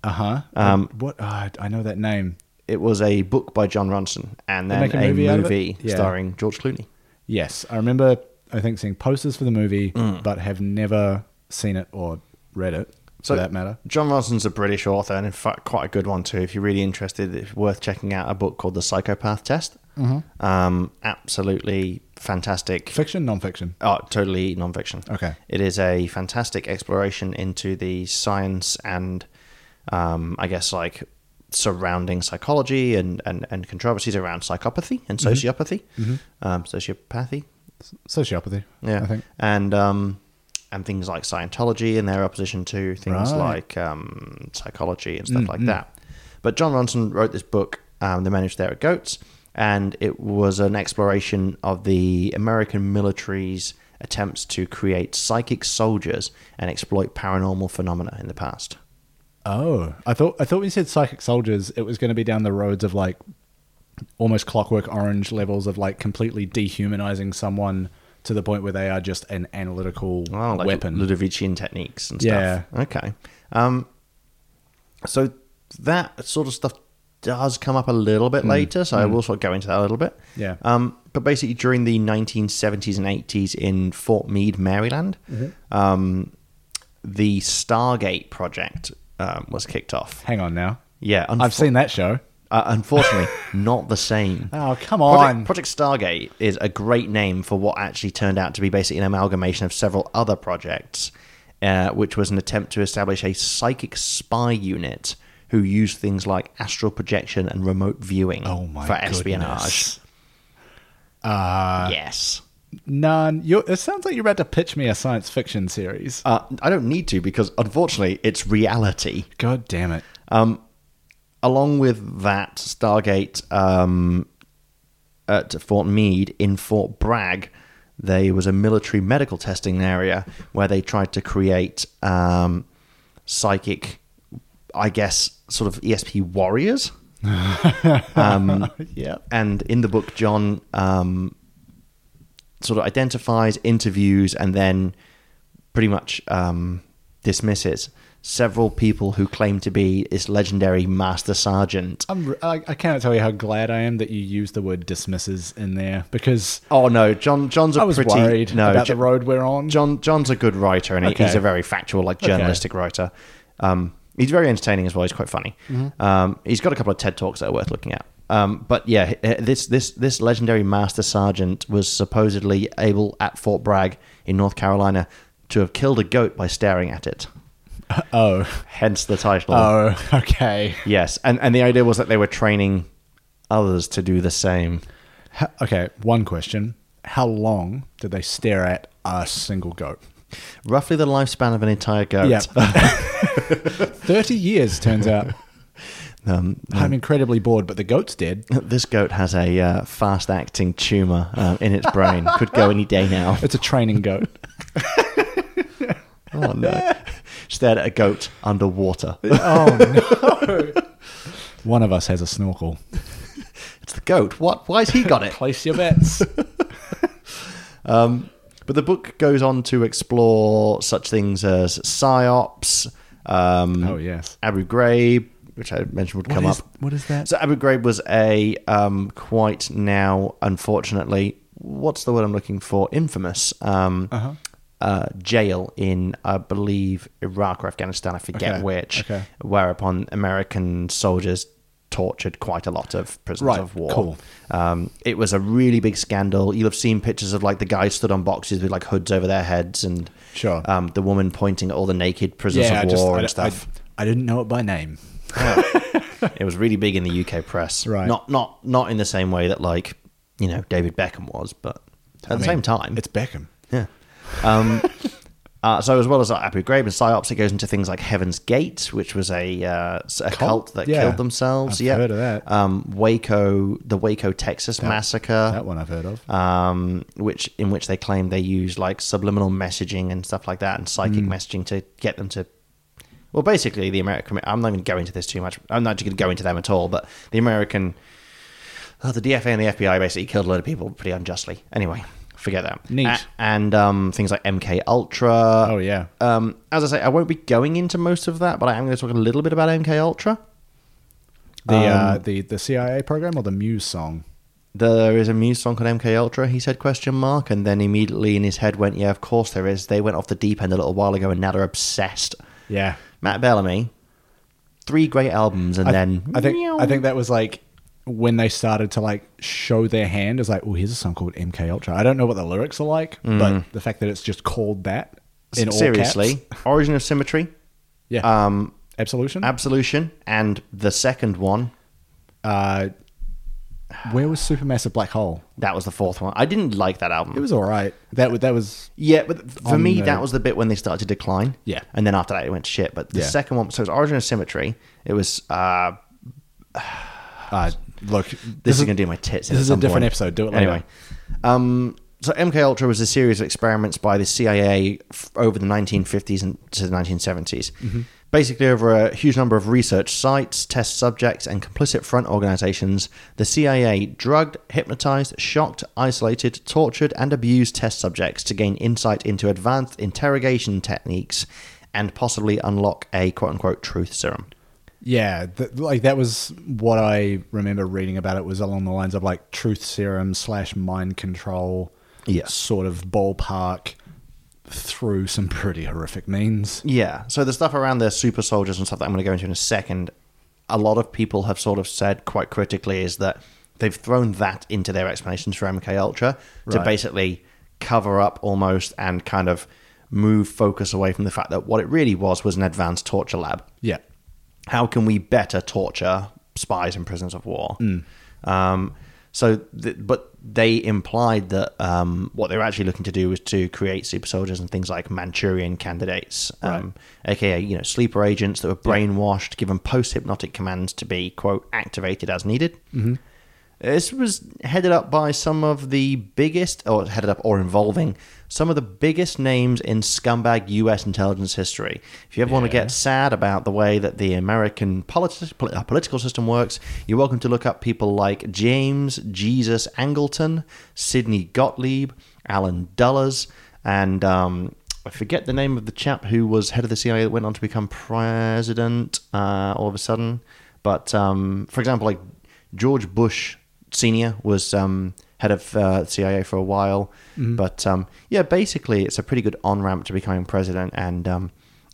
Speaker 2: Uh huh.
Speaker 1: Um,
Speaker 2: what? oh, I- I know that name.
Speaker 1: it was a book by John Ronson and
Speaker 2: They
Speaker 1: then
Speaker 2: make a
Speaker 1: a,
Speaker 2: movie
Speaker 1: movie,
Speaker 2: out of it? Yeah.
Speaker 1: starring George Clooney.
Speaker 2: Yes, I remember. I think seeing posters for the movie,
Speaker 1: Mm.
Speaker 2: but have never seen it or read it for that matter.
Speaker 1: John Ronson's a British author and in fact quite a good one too. If you're really interested, it's worth checking out a book called The Psychopath Test. Mm-hmm. Um, absolutely fantastic.
Speaker 2: Fiction, non-fiction.
Speaker 1: Oh, totally nonfiction.
Speaker 2: Okay.
Speaker 1: It is a fantastic exploration into the science and, um, I guess, like surrounding psychology and, and, and controversies around psychopathy and
Speaker 2: Mm-hmm.
Speaker 1: sociopathy, Um, sociopathy,
Speaker 2: Sociopathy.
Speaker 1: Yeah,
Speaker 2: I think.
Speaker 1: and um, and things like Scientology and their opposition to things
Speaker 2: Right. Mm-hmm.
Speaker 1: like um, psychology and stuff like that. But John Ronson wrote this book, um, "The Man Who Stared at Goats," and it was an exploration of the American military's attempts to create psychic soldiers and exploit paranormal phenomena in the past.
Speaker 2: Oh, I thought I thought when you said psychic soldiers, it was going to be down the roads of like almost clockwork orange levels of like completely dehumanizing someone to the point where they are just an analytical
Speaker 1: Oh, like
Speaker 2: weapon.
Speaker 1: Ludovician techniques and
Speaker 2: Yeah.
Speaker 1: stuff. Okay. Um, so that sort of stuff does come up a little bit later, so I will sort of go into that a little bit.
Speaker 2: Hmm. Yeah.
Speaker 1: Um, but basically, during the 1970s and 80s in Fort Meade, Maryland,
Speaker 2: Mm-hmm.
Speaker 1: um, the Stargate project um, was kicked off.
Speaker 2: Hang on now,
Speaker 1: Yeah, unfo-
Speaker 2: I've seen that show.
Speaker 1: Uh, unfortunately, not the same.
Speaker 2: Oh, come
Speaker 1: Project-
Speaker 2: on.
Speaker 1: Project Stargate is a great name for what actually turned out to be basically an amalgamation of several other projects, uh, which was an attempt to establish a psychic spy unit who used things like astral projection and remote viewing
Speaker 2: Oh my
Speaker 1: for
Speaker 2: goodness. Uh,
Speaker 1: espionage. yes.
Speaker 2: None. You're, it sounds like you're about to pitch me a science fiction series.
Speaker 1: Uh, I don't need to because unfortunately it's reality.
Speaker 2: God damn it.
Speaker 1: along with that, Stargate um, at Fort Meade in Fort Bragg, there was a military medical testing area where they tried to create um, psychic, I guess, sort of ESP warriors. um,
Speaker 2: yeah.
Speaker 1: and in the book, John um, sort of identifies, interviews, and then pretty much um, dismisses several people who claim to be this legendary master sergeant.
Speaker 2: I'm, re- I, I cannot tell you how glad I am that you used the word dismisses in there because
Speaker 1: Oh no, John. John's a
Speaker 2: I was
Speaker 1: pretty
Speaker 2: worried
Speaker 1: no.
Speaker 2: about
Speaker 1: Jo-
Speaker 2: the road we're on.
Speaker 1: John John's a good writer, and he-
Speaker 2: Okay.
Speaker 1: he's a very factual, like journalistic writer. Um, he's very entertaining as well. He's quite funny.
Speaker 2: Mm-hmm.
Speaker 1: Um, he's got a couple of TED talks that are worth looking at. Um, but yeah, h- h- this this this legendary master sergeant was supposedly able at Fort Bragg in North Carolina to have killed a goat by staring at it.
Speaker 2: Oh,
Speaker 1: Hence the title.
Speaker 2: oh, okay.
Speaker 1: Yes, and and the idea was that they were training others to do the same.
Speaker 2: H- Okay, one question. How long did they stare at a single goat?
Speaker 1: Roughly the lifespan of an entire goat.
Speaker 2: Yeah. Thirty years turns out.
Speaker 1: Um,
Speaker 2: I'm incredibly bored, but the goat's dead.
Speaker 1: this goat has a uh, fast-acting tumor uh, in its brain. Could go any day now.
Speaker 2: It's a training goat.
Speaker 1: Oh no! Stared at a goat underwater.
Speaker 2: One of us has a snorkel.
Speaker 1: It's the goat. What? Why's he got it?
Speaker 2: Place your bets.
Speaker 1: But the book goes on to explore such things as psyops, um,
Speaker 2: oh yes.
Speaker 1: Abu Ghraib, which I mentioned would come
Speaker 2: is-
Speaker 1: up.
Speaker 2: what is that?
Speaker 1: So Abu Ghraib was a um, quite now, unfortunately, what's the word I'm looking for? Infamous um,
Speaker 2: Uh-huh.
Speaker 1: uh jail in, I believe, Iraq or Afghanistan. I forget
Speaker 2: Okay,
Speaker 1: which.
Speaker 2: okay.
Speaker 1: Whereupon American soldiers tortured quite a lot of prisoners
Speaker 2: Right,
Speaker 1: of war.
Speaker 2: cool.
Speaker 1: Um, it was a really big scandal. You'll have seen pictures of like the guys stood on boxes with like hoods over their heads and
Speaker 2: Sure.
Speaker 1: um, the woman pointing at all the naked prisoners
Speaker 2: I
Speaker 1: of
Speaker 2: just-
Speaker 1: war
Speaker 2: I-
Speaker 1: and stuff.
Speaker 2: I, I didn't know it by name.
Speaker 1: it was really big in the UK press.
Speaker 2: Right.
Speaker 1: Not not not in the same way that like you know David Beckham was, but at the
Speaker 2: I mean,
Speaker 1: same time,
Speaker 2: it's Beckham.
Speaker 1: yeah. Um, uh, so as well as like, Abu Ghraib and psyops, it goes into things like Heaven's Gate, which was a uh, s- a cult, that
Speaker 2: Yeah.
Speaker 1: killed themselves.
Speaker 2: I've
Speaker 1: yeah,
Speaker 2: heard of that.
Speaker 1: Um, Waco, the Waco, Texas massacre.
Speaker 2: That one I've heard of.
Speaker 1: Um, which in which they claim they use like subliminal messaging and stuff like that, and
Speaker 2: Mm.
Speaker 1: psychic messaging to get them to. Well, basically, the American. I'm not even going into this too much. I'm not going to go into them at all. But the American, oh, the DFA and the FBI basically killed a lot of people pretty unjustly. Anyway, forget that.
Speaker 2: Neat.
Speaker 1: A- and um, things like MK Ultra.
Speaker 2: oh yeah.
Speaker 1: Um, as I say, I won't be going into most of that, but I am going to talk a little bit about MK Ultra.
Speaker 2: The uh,
Speaker 1: um,
Speaker 2: the the CIA program or the Muse song.
Speaker 1: there is a Muse song called MK Ultra. He said question mark, and then immediately in his head went, yeah, of course there is. They went off the deep end a little while ago, and now they're obsessed.
Speaker 2: Yeah.
Speaker 1: Matt Bellamy, three great albums, and
Speaker 2: I,
Speaker 1: then
Speaker 2: I think
Speaker 1: meow.
Speaker 2: I think that was like when they started to like show their hand is like, oh, here's a song called MK Ultra. I don't know what the lyrics are like, but the fact that it's just called that in all
Speaker 1: Mm. seriously
Speaker 2: caps.
Speaker 1: Origin of Symmetry,
Speaker 2: yeah,
Speaker 1: um,
Speaker 2: Absolution.
Speaker 1: Absolution, and the second one
Speaker 2: uh, where was Supermassive Black Hole?
Speaker 1: that was the fourth one. I didn't like that album.
Speaker 2: It was all right. That was that was
Speaker 1: Yeah, but for
Speaker 2: on
Speaker 1: me,
Speaker 2: the-
Speaker 1: that was the bit when they started to decline.
Speaker 2: Yeah.
Speaker 1: And then after that, it went shit. But the
Speaker 2: Yeah.
Speaker 1: second one, so it was Origin of Symmetry. It was, uh,
Speaker 2: uh, look. This,
Speaker 1: this, is, going to do my tits. in at
Speaker 2: this is a
Speaker 1: some point.
Speaker 2: different episode. Do it later.
Speaker 1: Anyway. Um, so MK Ultra was a series of experiments by the CIA f- over the 1950s and to the 1970s. Basically, over a huge number of research sites, test subjects, and complicit front organizations, the CIA drugged, hypnotized, shocked, isolated, tortured, and abused test subjects to gain insight into advanced interrogation techniques and possibly unlock a quote unquote truth serum.
Speaker 2: Yeah, th- like that was what I remember reading about. It was along the lines of like truth serum slash mind control,
Speaker 1: Yeah.
Speaker 2: sort of ballpark through some pretty horrific means.
Speaker 1: Yeah. So the stuff around the super soldiers and stuff that I'm going to go into in a second, a lot of people have sort of said quite critically is that they've thrown that into their explanations for MK Ultra to
Speaker 2: Right.
Speaker 1: basically cover up almost and kind of move focus away from the fact that what it really was was an advanced torture lab.
Speaker 2: Yeah,
Speaker 1: How can we better torture spies and prisoners of war? Um, so, th- but they implied that um, what they were actually looking to do was to create super soldiers and things like Manchurian candidates, um, aka you know sleeper agents that were brainwashed, given post hypnotic commands to be quote activated as needed. Mm-hmm. This was headed up by some of the biggest, or headed up or involving some of the biggest names in scumbag U.S. intelligence history. If you ever want to get sad about the way that the American politi- poli- uh, political system works, you're welcome to look up people like James Jesus Angleton, Sidney Gottlieb, Alan Dulles, and um, I forget the name of the chap who was head of the CIA that went on to become president uh, all of a sudden. But um, for example, like George Bush Senior was um, head of uh, CIA for a while, but um, yeah, basically it's a pretty good on ramp to becoming president. And um,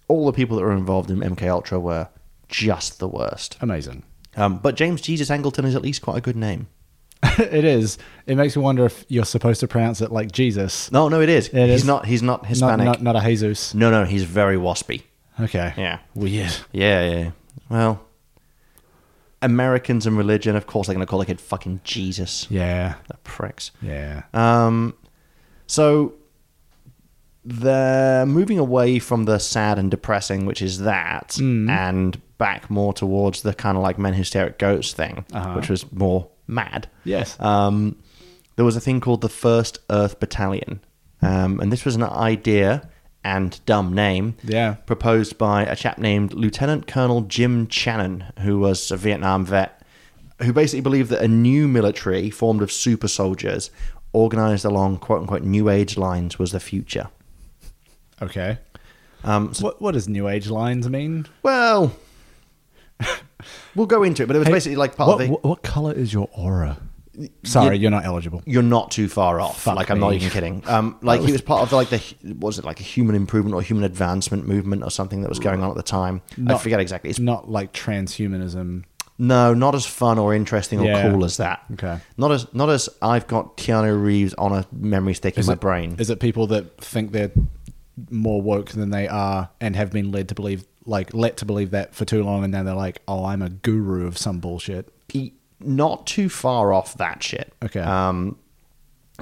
Speaker 1: all the people that were involved in MK Ultra were just the worst.
Speaker 2: amazing.
Speaker 1: Um, but James Jesus Angleton is at least quite a good name.
Speaker 2: it is. It makes me wonder if you're supposed to pronounce it like Jesus,
Speaker 1: No, no, it is.
Speaker 2: It
Speaker 1: he's
Speaker 2: is?
Speaker 1: not. He's not
Speaker 2: not
Speaker 1: Hispanic.
Speaker 2: not, not a Jesus.
Speaker 1: no, no, he's very waspy.
Speaker 2: Okay.
Speaker 1: Yeah.
Speaker 2: Weird.
Speaker 1: Yeah, yeah. Well, Americans and religion, of course, they're going to call the kid fucking Jesus.
Speaker 2: Yeah.
Speaker 1: Uh, The pricks.
Speaker 2: Yeah.
Speaker 1: Um, so they're moving away from the sad and depressing, which is that, and back more towards the kind of like men who stare at goats thing, which was more mad.
Speaker 2: Yes.
Speaker 1: Um, there was a thing called the First Earth Battalion, um, and this was an idea and dumb name
Speaker 2: Yeah.
Speaker 1: proposed by a chap named Lieutenant Colonel Jim Channon, who was a Vietnam vet, who basically believed that a new military formed of super soldiers organized along quote unquote new age lines was the future.
Speaker 2: okay.
Speaker 1: Um, so-
Speaker 2: What what does New Age lines mean?
Speaker 1: well, we'll go into it, but it was basically like part of
Speaker 2: What,
Speaker 1: the.
Speaker 2: what, what color is your aura? Sorry, you're not eligible.
Speaker 1: you're not too far off.
Speaker 2: Fuck
Speaker 1: like I'm not
Speaker 2: me.
Speaker 1: even kidding. Um, like he was part of like the what was it like a human improvement or human advancement movement or something that was going on at the time. I
Speaker 2: Not-
Speaker 1: forget exactly. It's
Speaker 2: It's not like transhumanism.
Speaker 1: No, not as fun or interesting or
Speaker 2: Yeah.
Speaker 1: cool as that.
Speaker 2: Okay.
Speaker 1: Not as not as I've got Keanu Reeves on a memory stick in my
Speaker 2: it-
Speaker 1: brain.
Speaker 2: Is it people that think they're more woke than they are and have been led to believe, like, let to believe that for too long, and now they're like, oh, I'm a guru of some bullshit.
Speaker 1: He- not too far off that shit.
Speaker 2: Okay.
Speaker 1: Um,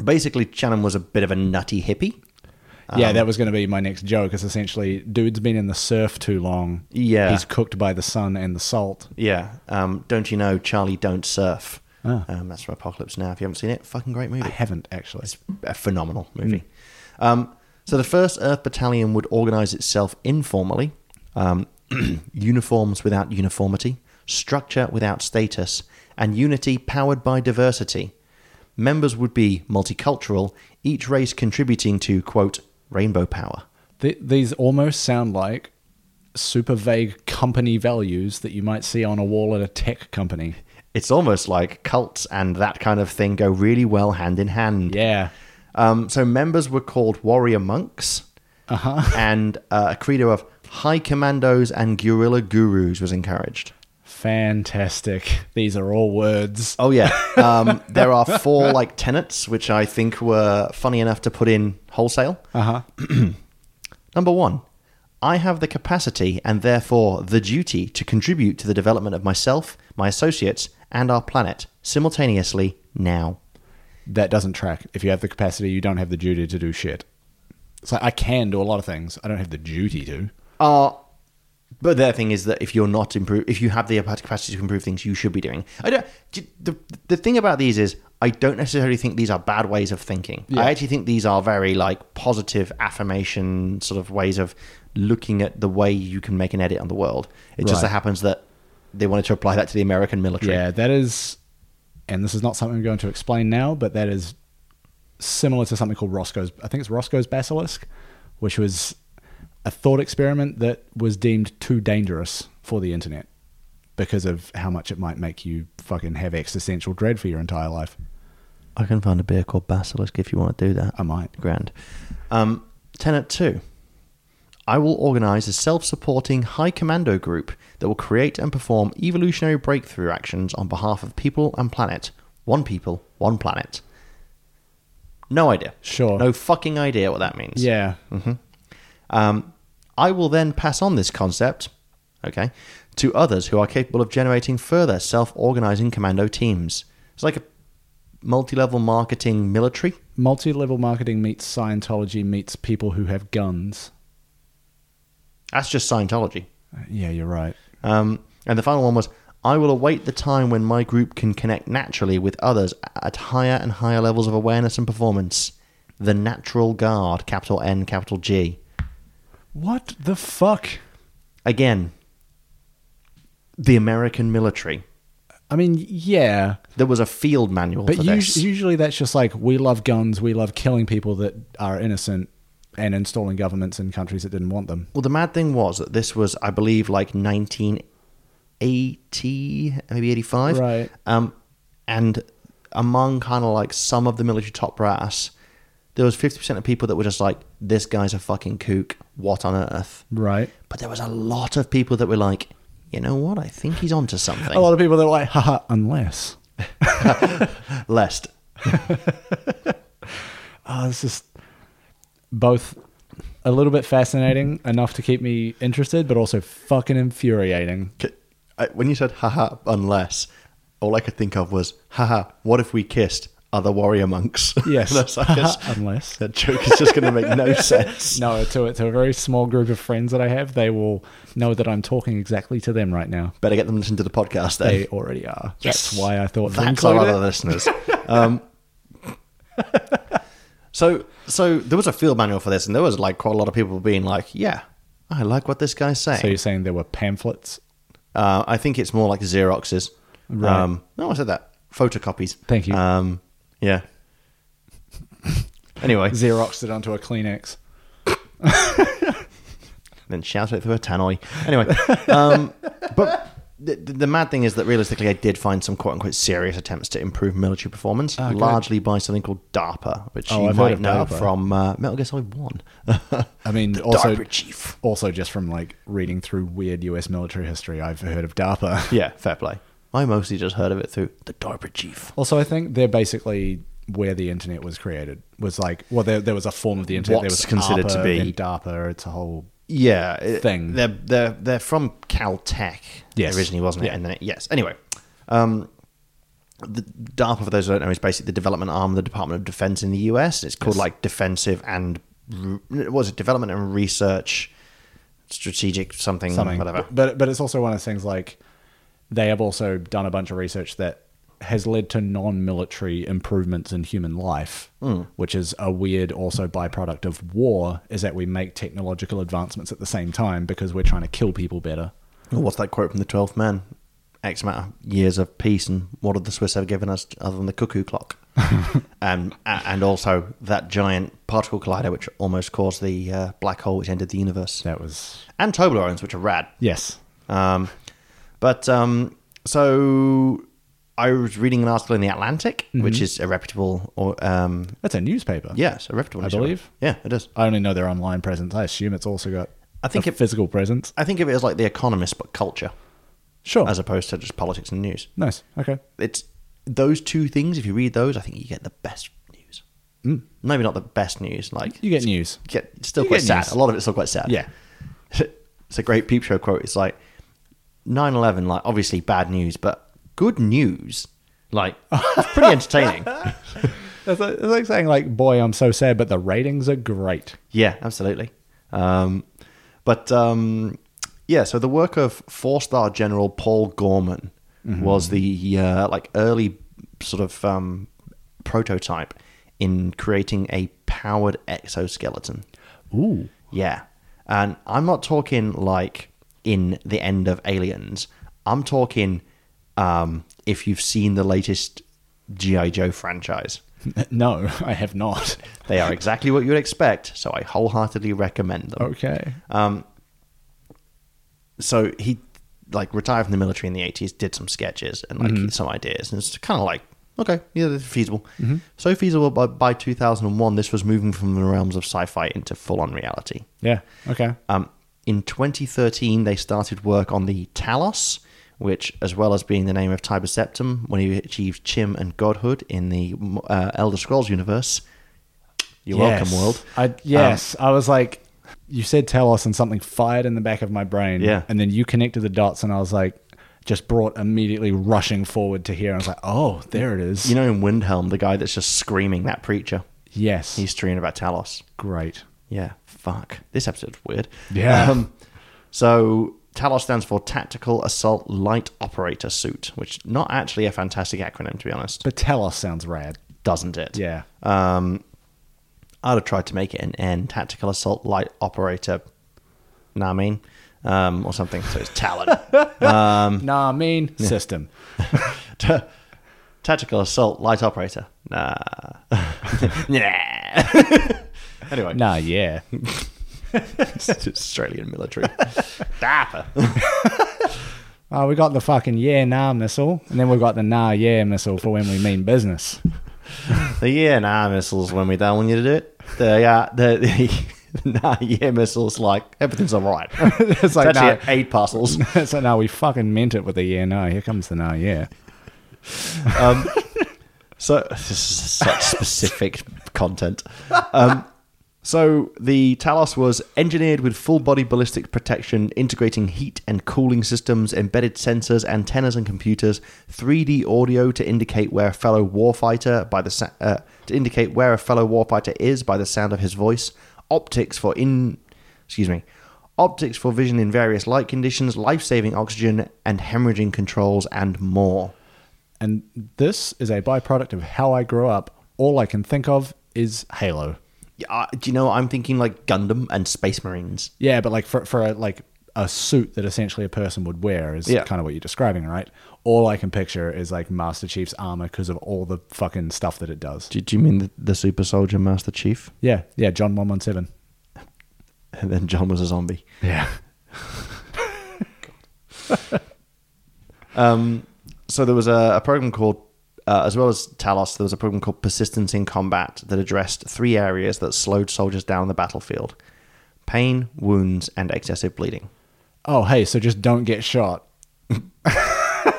Speaker 1: basically, Channon was a bit of a nutty hippie.
Speaker 2: yeah,
Speaker 1: Um,
Speaker 2: that was going to be my next joke. It's essentially, dude's been in the surf too long.
Speaker 1: Yeah.
Speaker 2: He's cooked by the sun and the salt.
Speaker 1: Yeah. Um, don't you know Charlie Don't Surf?
Speaker 2: Ah.
Speaker 1: Um, that's from Apocalypse Now. If you haven't seen it, fucking great movie.
Speaker 2: I haven't actually.
Speaker 1: It's a phenomenal movie. Um, so the First Earth Battalion would organize itself informally, um, uniforms without uniformity, structure without status, and unity powered by diversity. Members would be multicultural, each race contributing to quote rainbow power.
Speaker 2: Th- these almost sound like super vague company values that you might see on a wall at a tech company.
Speaker 1: It's almost like cults and that kind of thing go really well hand in hand.
Speaker 2: Yeah.
Speaker 1: Um, so members were called warrior monks, and uh, a credo of high commandos and guerrilla gurus was encouraged.
Speaker 2: Fantastic. These are all words.
Speaker 1: Oh yeah, um, there are four like tenets which I think were funny enough to put in wholesale.
Speaker 2: Uh huh.
Speaker 1: Uh-huh. Number one, I have the capacity and therefore the duty to contribute to the development of myself, my associates, and our planet simultaneously now.
Speaker 2: that doesn't track. If you have the capacity, you don't have the duty to do shit. It's like I can do a lot of things. I don't have the duty to.
Speaker 1: are but their thing is that if you're not improve if you have the capacity to improve things you should be doing i don't d- the, the thing about these is i don't necessarily think these are bad ways of thinking i actually think these are very like positive affirmation sort of ways of looking at the way you can make an edit on the world it just so
Speaker 2: Right.
Speaker 1: happens that they wanted to apply that to the american military
Speaker 2: Yeah, that is, and this is not something I'm going to explain now, but that is similar to something called Roscoe's. I think it's Roscoe's Basilisk, which was a thought experiment that was deemed too dangerous for the internet because of how much it might make you fucking have existential dread for your entire life.
Speaker 1: i can find a beer called basilisk if you want to do that
Speaker 2: I might.
Speaker 1: grand. Um, tenet two. I will organize a self supporting high commando group that will create and perform evolutionary breakthrough actions on behalf of people and planet. One people, one planet. No idea.
Speaker 2: Sure.
Speaker 1: No fucking idea what that means.
Speaker 2: Yeah.
Speaker 1: Mm-hmm. Um, I will then pass on this concept, okay, to others who are capable of generating further self organizing commando teams. It's like a multi level marketing military.
Speaker 2: Multi level marketing meets Scientology meets people who have guns.
Speaker 1: That's just Scientology.
Speaker 2: Yeah, you're right.
Speaker 1: Um, and the final one was, I will await the time when my group can connect naturally with others at higher and higher levels of awareness and performance. The Natural Guard, capital N, capital G.
Speaker 2: What the fuck?
Speaker 1: Again, the American military.
Speaker 2: I mean, yeah,
Speaker 1: There was a field manual
Speaker 2: but
Speaker 1: for
Speaker 2: us-
Speaker 1: this.
Speaker 2: usually that's just like we love guns, we love killing people that are innocent, and installing governments in countries that didn't want them.
Speaker 1: well, the mad thing was that this was, I believe, like 1980, maybe 85.
Speaker 2: Right.
Speaker 1: Um, and among kind of like some of the military top brass, there was 50% of people that were just like, this guy's a fucking kook. What on earth?
Speaker 2: Right.
Speaker 1: But there was a lot of people that were like, you know what? I think he's onto something.
Speaker 2: A lot of people that are like, haha, unless.
Speaker 1: Lest.
Speaker 2: Oh, this is both a little bit fascinating enough to keep me interested, but also fucking infuriating.
Speaker 1: C- I- When you said, haha, unless, all I could think of was, haha, what if we kissed? other warrior monks.
Speaker 2: Yes.
Speaker 1: That's, I guess,
Speaker 2: Unless.
Speaker 1: that joke is just going to make no sense.
Speaker 2: No, to, to a very small group of friends that I have, they will know that I'm talking exactly to them right now.
Speaker 1: Better get them to listen to the podcast then.
Speaker 2: They already are. That's why I thought to
Speaker 1: that's
Speaker 2: include
Speaker 1: our
Speaker 2: it.
Speaker 1: other listeners. Um, so, so there was a field manual for this, and there was like quite a lot of people being like, "Yeah, I like what this guy's saying."
Speaker 2: So you're saying there were pamphlets?
Speaker 1: Uh, I think it's more like Xeroxes.
Speaker 2: Right.
Speaker 1: Um, no, I said that. Photocopies.
Speaker 2: Thank you.
Speaker 1: Um, yeah. anyway,
Speaker 2: Xeroxed it onto a Kleenex.
Speaker 1: then shout it through a tannoy. Anyway, um, but the, the mad thing is that realistically, I did find some quote unquote serious attempts to improve military performance,
Speaker 2: Ah, good.
Speaker 1: largely by something called DARPA, which
Speaker 2: Oh,
Speaker 1: you
Speaker 2: I've heard
Speaker 1: might
Speaker 2: of
Speaker 1: know
Speaker 2: DARPA.
Speaker 1: from uh, Metal Gear Solid One.
Speaker 2: I mean,
Speaker 1: The
Speaker 2: also,
Speaker 1: DARPA chief.
Speaker 2: also just from like reading through weird US military history, I've heard of DARPA.
Speaker 1: yeah, fair play. I mostly just heard of it through the DARPA chief.
Speaker 2: Also, I think they're basically where the internet was created. Was like, well, there, there was a form of the internet.
Speaker 1: What's
Speaker 2: there was
Speaker 1: considered to
Speaker 2: ARPA,
Speaker 1: be-
Speaker 2: then DARPA. It's a whole
Speaker 1: Yeah, it-
Speaker 2: Thing.
Speaker 1: They're they're they're from Caltech
Speaker 2: Yes.
Speaker 1: originally, wasn't it?
Speaker 2: Yeah.
Speaker 1: And then it, yes. Anyway, um, the DARPA for those who don't know is basically the development arm of the Department of Defense in the U.S. It's called like Defensive and Re- what was it Development and Research Strategic something,
Speaker 2: something.
Speaker 1: whatever.
Speaker 2: But but it's also one of those things like they have also done a bunch of research that has led to non-military improvements in human life, which is a weird also byproduct of war is that we make technological advancements at the same time because we're trying to kill people better.
Speaker 1: Oh, What's that quote from the Twelfth Man? X amount of years of peace, and what have the Swiss ever given us other than the cuckoo clock? um, a- and also that giant particle collider, which almost caused the uh, black hole which ended the universe.
Speaker 2: That was
Speaker 1: and Toblerones, which are rad.
Speaker 2: yes.
Speaker 1: Um, but um, so I was reading an article in the Atlantic,
Speaker 2: Mm-hmm.
Speaker 1: which is a reputable, or um,
Speaker 2: That's a newspaper.
Speaker 1: yes, a reputable.
Speaker 2: I
Speaker 1: newspaper.
Speaker 2: believe.
Speaker 1: Yeah, it is.
Speaker 2: I only know their online presence. I assume it's also got
Speaker 1: I think
Speaker 2: a
Speaker 1: it-
Speaker 2: physical presence.
Speaker 1: I think of it as like The Economist, but culture,
Speaker 2: Sure.
Speaker 1: as opposed to just politics and news.
Speaker 2: nice. Okay.
Speaker 1: It's those two things. If you read those, I think you get the best news. Mm. Maybe not the best news. Like
Speaker 2: You get news.
Speaker 1: get it's still
Speaker 2: You
Speaker 1: quite
Speaker 2: get
Speaker 1: sad.
Speaker 2: news.
Speaker 1: A lot of it's still quite sad.
Speaker 2: Yeah.
Speaker 1: it's a great peep show quote. It's like 9-11, like obviously bad news, but good news. Like it's pretty entertaining.
Speaker 2: It's like, it's like saying like, boy, I'm so sad, but the ratings are great.
Speaker 1: yeah, absolutely. Um, but um, yeah, so the work of four star general Paul Gorman was the uh, like early sort of um, prototype in creating a powered exoskeleton.
Speaker 2: Ooh.
Speaker 1: Yeah. And I'm not talking like in the end of Aliens. I'm talking um, if you've seen the latest G.I. Joe franchise.
Speaker 2: No, I have not.
Speaker 1: They are exactly what you'd expect, so I wholeheartedly recommend them.
Speaker 2: Okay.
Speaker 1: So he like retired from the military in the 80s, did some sketches and like some ideas, and it's kind of like, okay, yeah, this is feasible. So feasible by, by 2001, this was moving from the realms of sci-fi into full-on reality.
Speaker 2: Yeah. Okay.
Speaker 1: Um, in 2013, they started work on the Talos, which, as well as being the name of Tiber Septim, when he achieved Chim and Godhood in the uh, Elder Scrolls universe. You're welcome, world.
Speaker 2: I, yes, I was like, you said Talos, and something fired in the back of my brain.
Speaker 1: Yeah.
Speaker 2: And then you connected the dots, and I was like, just brought immediately rushing forward to here. I was like, oh, there it is.
Speaker 1: You know, in Windhelm, the guy that's just screaming that preacher,
Speaker 2: yes.
Speaker 1: he's dreaming about Talos.
Speaker 2: great.
Speaker 1: Yeah, fuck. This episode's weird. Um,
Speaker 2: Yeah.
Speaker 1: so Talos stands for Tactical Assault Light Operator Suit, which not actually a fantastic acronym, to be honest.
Speaker 2: But Talos sounds rad.
Speaker 1: doesn't it?
Speaker 2: Yeah.
Speaker 1: Um, I'd have tried to make it an N, tactical assault light operator. Know what I mean? Um, or something. So it's Talon. Um,
Speaker 2: nah, mean system.
Speaker 1: tactical assault light operator. Nah. nah. anyway,
Speaker 2: Nah, yeah.
Speaker 1: it's just Australian military. DARPA.
Speaker 2: Oh, we got the fucking yeah, nah missile, and then we've got the nah, yeah missile for when we mean business.
Speaker 1: The yeah, nah missiles when we don't want you to do it. The, uh, the, the nah, yeah missiles like everything's all right.
Speaker 2: It's
Speaker 1: It's
Speaker 2: like, nah,
Speaker 1: actually eight parcels.
Speaker 2: so now we fucking meant it with the yeah, no. Here comes the no, yeah.
Speaker 1: So this is such specific content. Um, So the Talos was engineered with full body ballistic protection, integrating heat and cooling systems, embedded sensors, antennas, and computers, 3D audio to indicate where a fellow warfighter by the sa- uh, to indicate where a fellow warfighter is by the sound of his voice, optics for in excuse me, optics for vision in various light conditions, life-saving oxygen and hemorrhaging controls and more.
Speaker 2: And this is a byproduct of how I grew up. All I can think of is Halo.
Speaker 1: Yeah, uh, do you know? I'm thinking like Gundam and Space Marines.
Speaker 2: Yeah, but like for for a, like a suit that essentially a person would wear is
Speaker 1: Yeah.
Speaker 2: kind of what you're describing, right? All I can picture is like Master Chief's armor because of all the fucking stuff that it does.
Speaker 1: Do, do you mean the, the Super Soldier Master Chief?
Speaker 2: Yeah, yeah, John one one seven.
Speaker 1: And then John was a zombie.
Speaker 2: Yeah,
Speaker 1: Um, so there was a, a program called, uh, as well as Talos, there was a program called Persistence in Combat that addressed three areas that slowed soldiers down on the battlefield: pain, wounds, and excessive bleeding.
Speaker 2: Oh, hey, so just don't get shot.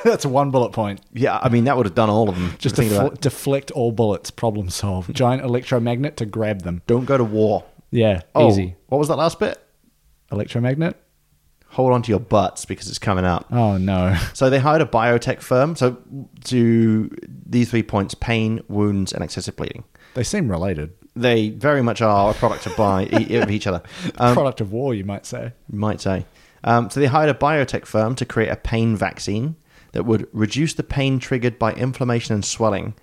Speaker 2: That's one bullet point.
Speaker 1: Yeah, I mean that would have done all of them.
Speaker 2: Just
Speaker 1: Think
Speaker 2: defle-
Speaker 1: about it.
Speaker 2: deflect all bullets. Problem solved. Giant electromagnet to grab them.
Speaker 1: don't go to war.
Speaker 2: Yeah,
Speaker 1: Oh,
Speaker 2: easy.
Speaker 1: What was that last bit?
Speaker 2: Electromagnet.
Speaker 1: Hold on to your butts because it's coming up.
Speaker 2: Oh no.
Speaker 1: So they hired a biotech firm. So to these three points: pain, wounds, and excessive bleeding.
Speaker 2: They seem related.
Speaker 1: They very much are a product of by e- of each other. Um,
Speaker 2: Product of war, you might say.
Speaker 1: you might say. Um, so they hired a biotech firm to create a pain vaccine that would reduce the pain triggered by inflammation and swelling.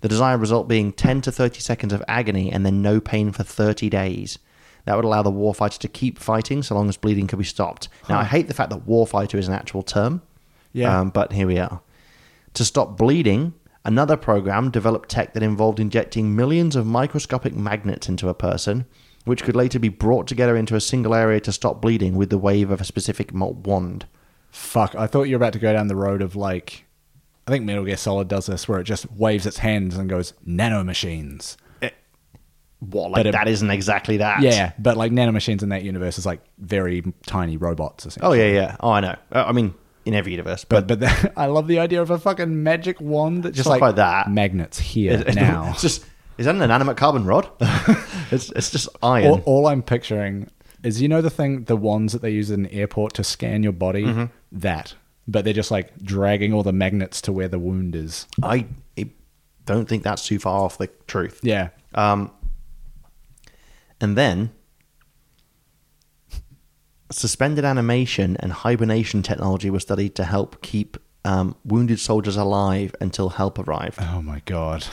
Speaker 1: The desired result being 10 to 30 seconds of agony and then no pain for 30 days. That would allow the warfighter to keep fighting so long as bleeding could be stopped. Now, I hate the fact that warfighter is an actual term.
Speaker 2: Yeah.
Speaker 1: Um, but here we are. To stop bleeding, another program developed tech that involved injecting millions of microscopic magnets into a person, which could later be brought together into a single area to stop bleeding with the wave of a specific mo- wand.
Speaker 2: Fuck, I thought you were about to go down the road of like, I think Metal Gear Solid does this, where it just waves its hands and goes nanomachines.
Speaker 1: What?
Speaker 2: But
Speaker 1: Like
Speaker 2: it-
Speaker 1: that isn't exactly that.
Speaker 2: Yeah, but like nanomachines in that universe is like very tiny robots.
Speaker 1: Oh
Speaker 2: Essentially.
Speaker 1: yeah, yeah. Oh, I know. Uh, I mean, in every universe, but,
Speaker 2: But but the, I love the idea of a fucking magic wand that just
Speaker 1: Stuff
Speaker 2: like,
Speaker 1: like that.
Speaker 2: magnets here
Speaker 1: it's,
Speaker 2: now.
Speaker 1: it's just is that an inanimate carbon rod? it's it's just iron.
Speaker 2: all, all I'm picturing is you know the thing the wands that they use in an airport to scan your body that, but they're just like dragging all the magnets to where the wound is.
Speaker 1: I I don't think that's too far off the truth.
Speaker 2: Yeah,
Speaker 1: Um, and then suspended animation and hibernation technology were studied to help keep um, wounded soldiers alive until help arrived.
Speaker 2: Oh my god.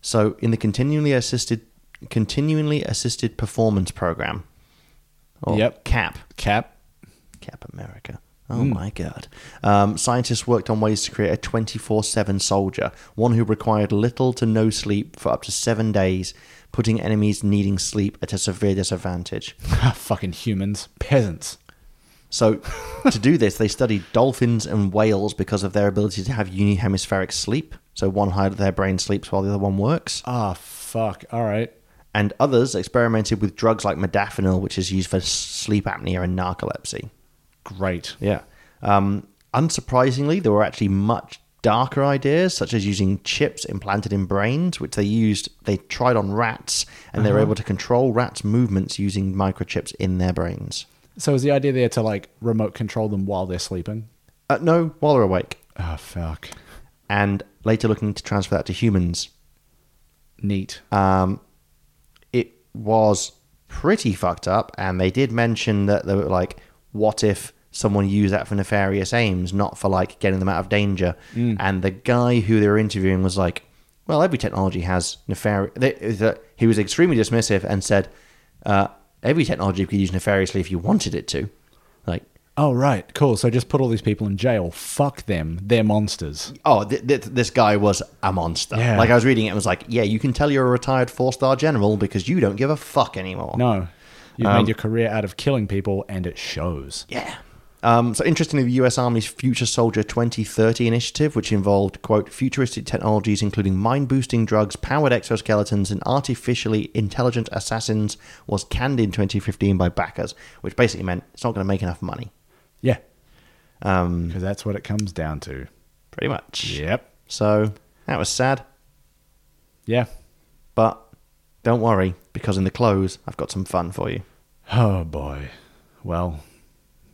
Speaker 1: So, in the continually assisted, continually assisted performance program, or
Speaker 2: Yep.
Speaker 1: CAP,
Speaker 2: Cap.
Speaker 1: Cap America. Oh my God. Um, scientists worked on ways to create a 24 7 soldier, one who required little to no sleep for up to seven days, putting enemies needing sleep at a severe disadvantage.
Speaker 2: Fucking humans. Peasants.
Speaker 1: So, to do this, they studied dolphins and whales because of their ability to have unihemispheric sleep. So, one side of their brain sleeps while the other one works.
Speaker 2: Ah, fuck. All right.
Speaker 1: And others experimented with drugs like modafinil, which is used for s- sleep apnea and narcolepsy.
Speaker 2: Great.
Speaker 1: Yeah. Um, unsurprisingly, there were actually much darker ideas, such as using chips implanted in brains, which they used, they tried on rats, and they were able to control rats' movements using microchips in their brains.
Speaker 2: So is the idea there to like remote control them while they're sleeping?
Speaker 1: Uh, no, while they're awake.
Speaker 2: Ah, fuck.
Speaker 1: And later looking to transfer that to humans.
Speaker 2: Neat. Ah,
Speaker 1: Um, it was pretty fucked up, and they did mention that they were like, what if someone used that for nefarious aims, not for like getting them out of danger? And the guy who they were interviewing was like, well, every technology has nefarious. They, the- he was extremely dismissive and said, uh, every technology you could use nefariously if you wanted it to. Like,
Speaker 2: oh, right. Cool. So just put all these people in jail. Fuck them. They're monsters.
Speaker 1: oh, th- th- this guy was a monster.
Speaker 2: Yeah.
Speaker 1: Like, I was reading it and was like, yeah, you can tell you're a retired four star general because you don't give a fuck anymore.
Speaker 2: No. You've made your career out of killing people and it shows.
Speaker 1: Yeah. Um, so interestingly, the U.S. Army's Future Soldier 2030 initiative, which involved quote futuristic technologies including mind-boosting drugs, powered exoskeletons, and artificially intelligent assassins, was canned in 2015 by backers, which basically meant it's not going to make enough money.
Speaker 2: Yeah.
Speaker 1: Um,
Speaker 2: Because that's what it comes down to.
Speaker 1: pretty much.
Speaker 2: Yep.
Speaker 1: So that was sad,
Speaker 2: Yeah.
Speaker 1: but Don't worry, because in the close, I've got some fun for you.
Speaker 2: Oh boy. Well,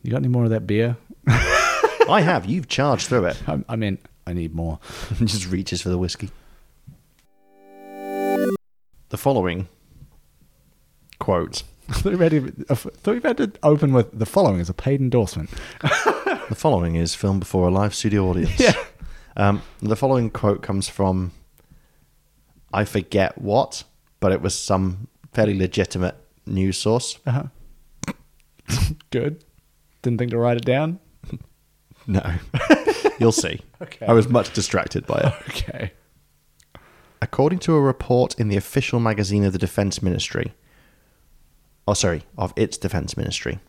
Speaker 2: you got any more of that beer?
Speaker 1: I have. You've charged through it.
Speaker 2: I, I mean, I need more.
Speaker 1: Just reaches for the whiskey. The following quote.
Speaker 2: I thought you had to, I thought you had to open with the following as a paid endorsement.
Speaker 1: The following is filmed before a live studio audience. Um, the following quote comes from I forget what, but it was some fairly legitimate news source.
Speaker 2: Uh-huh. Good. Didn't think to write it down.
Speaker 1: No. You'll see.
Speaker 2: Okay.
Speaker 1: I was much distracted by it.
Speaker 2: Okay.
Speaker 1: According to a report in the official magazine of the Defense Ministry, oh, sorry, of its Defense Ministry,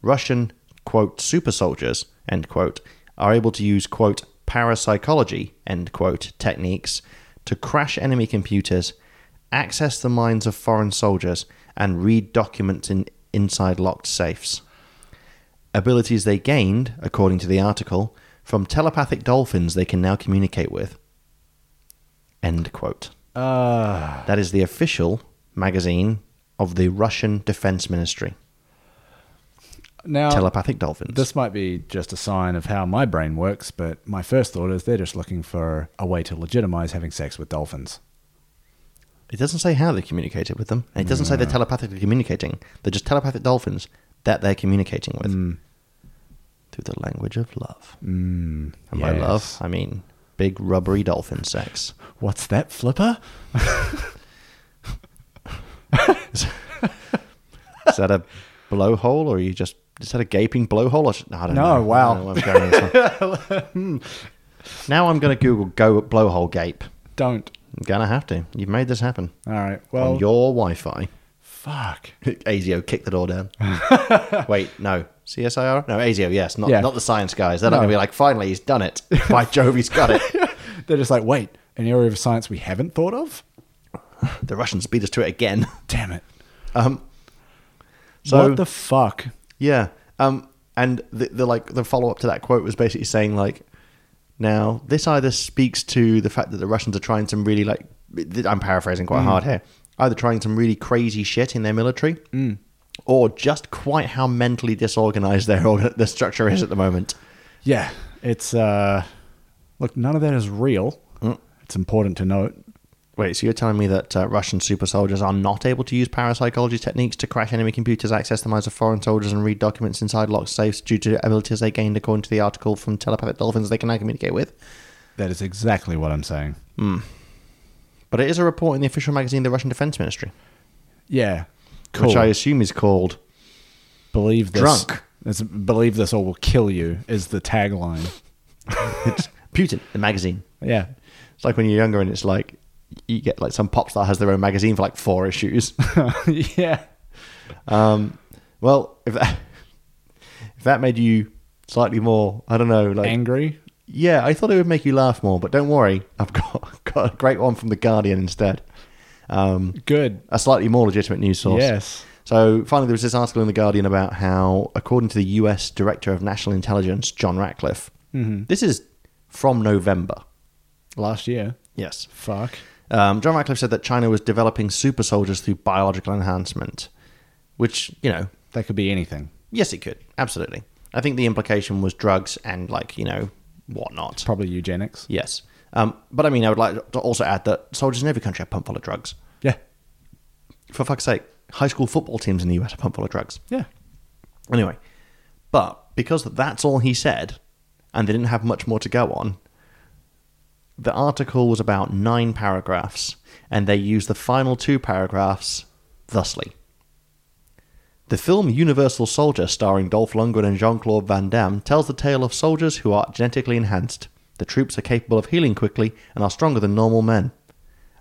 Speaker 1: Russian, quote, super soldiers, end quote, are able to use, quote, parapsychology, end quote, techniques to crash enemy computers, access the minds of foreign soldiers, and read documents in inside locked safes. Abilities they gained, according to the article, from telepathic dolphins they can now communicate with. End quote.
Speaker 2: Uh,
Speaker 1: That is the official magazine of the Russian Defense Ministry.
Speaker 2: now,
Speaker 1: Telepathic dolphins.
Speaker 2: this might be just a sign of how my brain works, but my first thought is they're just looking for a way to legitimize having sex with dolphins.
Speaker 1: it doesn't say how they communicated with them, and it doesn't say
Speaker 2: Mm.
Speaker 1: they're telepathically communicating. They're just telepathic dolphins that they're communicating with through the language of love.
Speaker 2: Mm,
Speaker 1: And by love,
Speaker 2: yes.
Speaker 1: I mean big rubbery dolphin sex.
Speaker 2: What's that, Flipper?
Speaker 1: Is that a blowhole, or are you just is that a gaping blowhole? Or, no, I don't
Speaker 2: No,
Speaker 1: know.
Speaker 2: wow.
Speaker 1: I don't know where I'm going with this one. now I'm going to Google "go blowhole gape."
Speaker 2: Don't.
Speaker 1: I'm gonna have to. You've made this happen
Speaker 2: All right. Well,
Speaker 1: on your Wi-Fi.
Speaker 2: fuck.
Speaker 1: ASIO kicked the door down. Wait, no. CSIR? No, ASIO, yes. Not,
Speaker 2: Yeah.
Speaker 1: not the science guys. They're not
Speaker 2: No.
Speaker 1: going to be like, finally, he's done it. By Jove, he's got it.
Speaker 2: They're just like, wait, an area of science we haven't thought of?
Speaker 1: the Russians beat us to it again.
Speaker 2: Damn it.
Speaker 1: Um, so,
Speaker 2: what the fuck?
Speaker 1: yeah. Um, and the, the, like, the follow up to that quote was basically saying, like, now, this either speaks to the fact that the Russians are trying some really, like, I'm paraphrasing
Speaker 2: Mm.
Speaker 1: quite hard here, either trying some really crazy shit in their military.
Speaker 2: Mm.
Speaker 1: Or just quite how mentally disorganized their organ- their structure is at the moment.
Speaker 2: Yeah, it's uh look, none of that is real. It's important to note.
Speaker 1: Wait, so you're telling me that uh, Russian super soldiers are not able to use parapsychology techniques to crash enemy computers, access the minds of foreign soldiers, and read documents inside locked safes due to abilities they gained according to the article from telepathic dolphins they can now communicate with?
Speaker 2: That is exactly what I'm saying.
Speaker 1: But it is a report in the official magazine of the Russian Defense Ministry,
Speaker 2: Yeah. Cool.
Speaker 1: which I assume is called
Speaker 2: believe this.
Speaker 1: Drunk.
Speaker 2: It's, believe this or will kill you is the tagline.
Speaker 1: it's Putin, the magazine.
Speaker 2: Yeah.
Speaker 1: It's like when you're younger and it's like you get like some pop star has their own magazine for like four issues.
Speaker 2: yeah.
Speaker 1: Um, well, if that, if that made you slightly more, I don't know, like
Speaker 2: Angry.
Speaker 1: Yeah, I thought it would make you laugh more, but don't worry, I've got got a great one from the Guardian instead. Um,
Speaker 2: Good.
Speaker 1: a slightly more legitimate news source.
Speaker 2: Yes.
Speaker 1: So finally, there was this article in the Guardian about how, according to the U.S. Director of National Intelligence John Ratcliffe, this is from November.
Speaker 2: Last year.
Speaker 1: Yes,
Speaker 2: Fuck.
Speaker 1: um, John Ratcliffe said that China was developing super soldiers through biological enhancement, which you know
Speaker 2: That could be anything.
Speaker 1: Yes, it could. Absolutely. I think the implication was drugs and like you know whatnot.
Speaker 2: Probably eugenics.
Speaker 1: Yes, um, but I mean, I would like to also add that soldiers in every country are pumped full of drugs.
Speaker 2: Yeah.
Speaker 1: For fuck's sake, high school football teams in the US are pumped full of drugs.
Speaker 2: Yeah.
Speaker 1: Anyway, but because that's all he said, and they didn't have much more to go on, the article was about nine paragraphs, and they used the final two paragraphs thusly. The film Universal Soldier, starring Dolph Lundgren and Jean Claude Van Damme, tells the tale of soldiers who are genetically enhanced. The troops are capable of healing quickly and are stronger than normal men.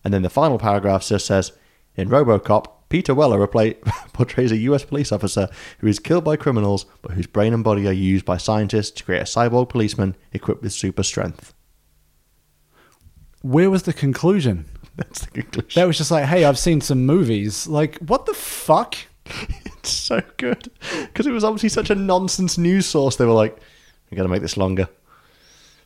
Speaker 1: And then the final paragraph just says In Robocop, Peter Weller repla portrays a US police officer who is killed by criminals, but whose brain and body are used by scientists to create a cyborg policeman equipped with super strength.
Speaker 2: Where was the conclusion?
Speaker 1: That's the conclusion.
Speaker 2: That was just like, hey, I've seen some movies. Like, what the fuck?
Speaker 1: It's so good because it was obviously such a nonsense news source. They were like, "We got to make this longer."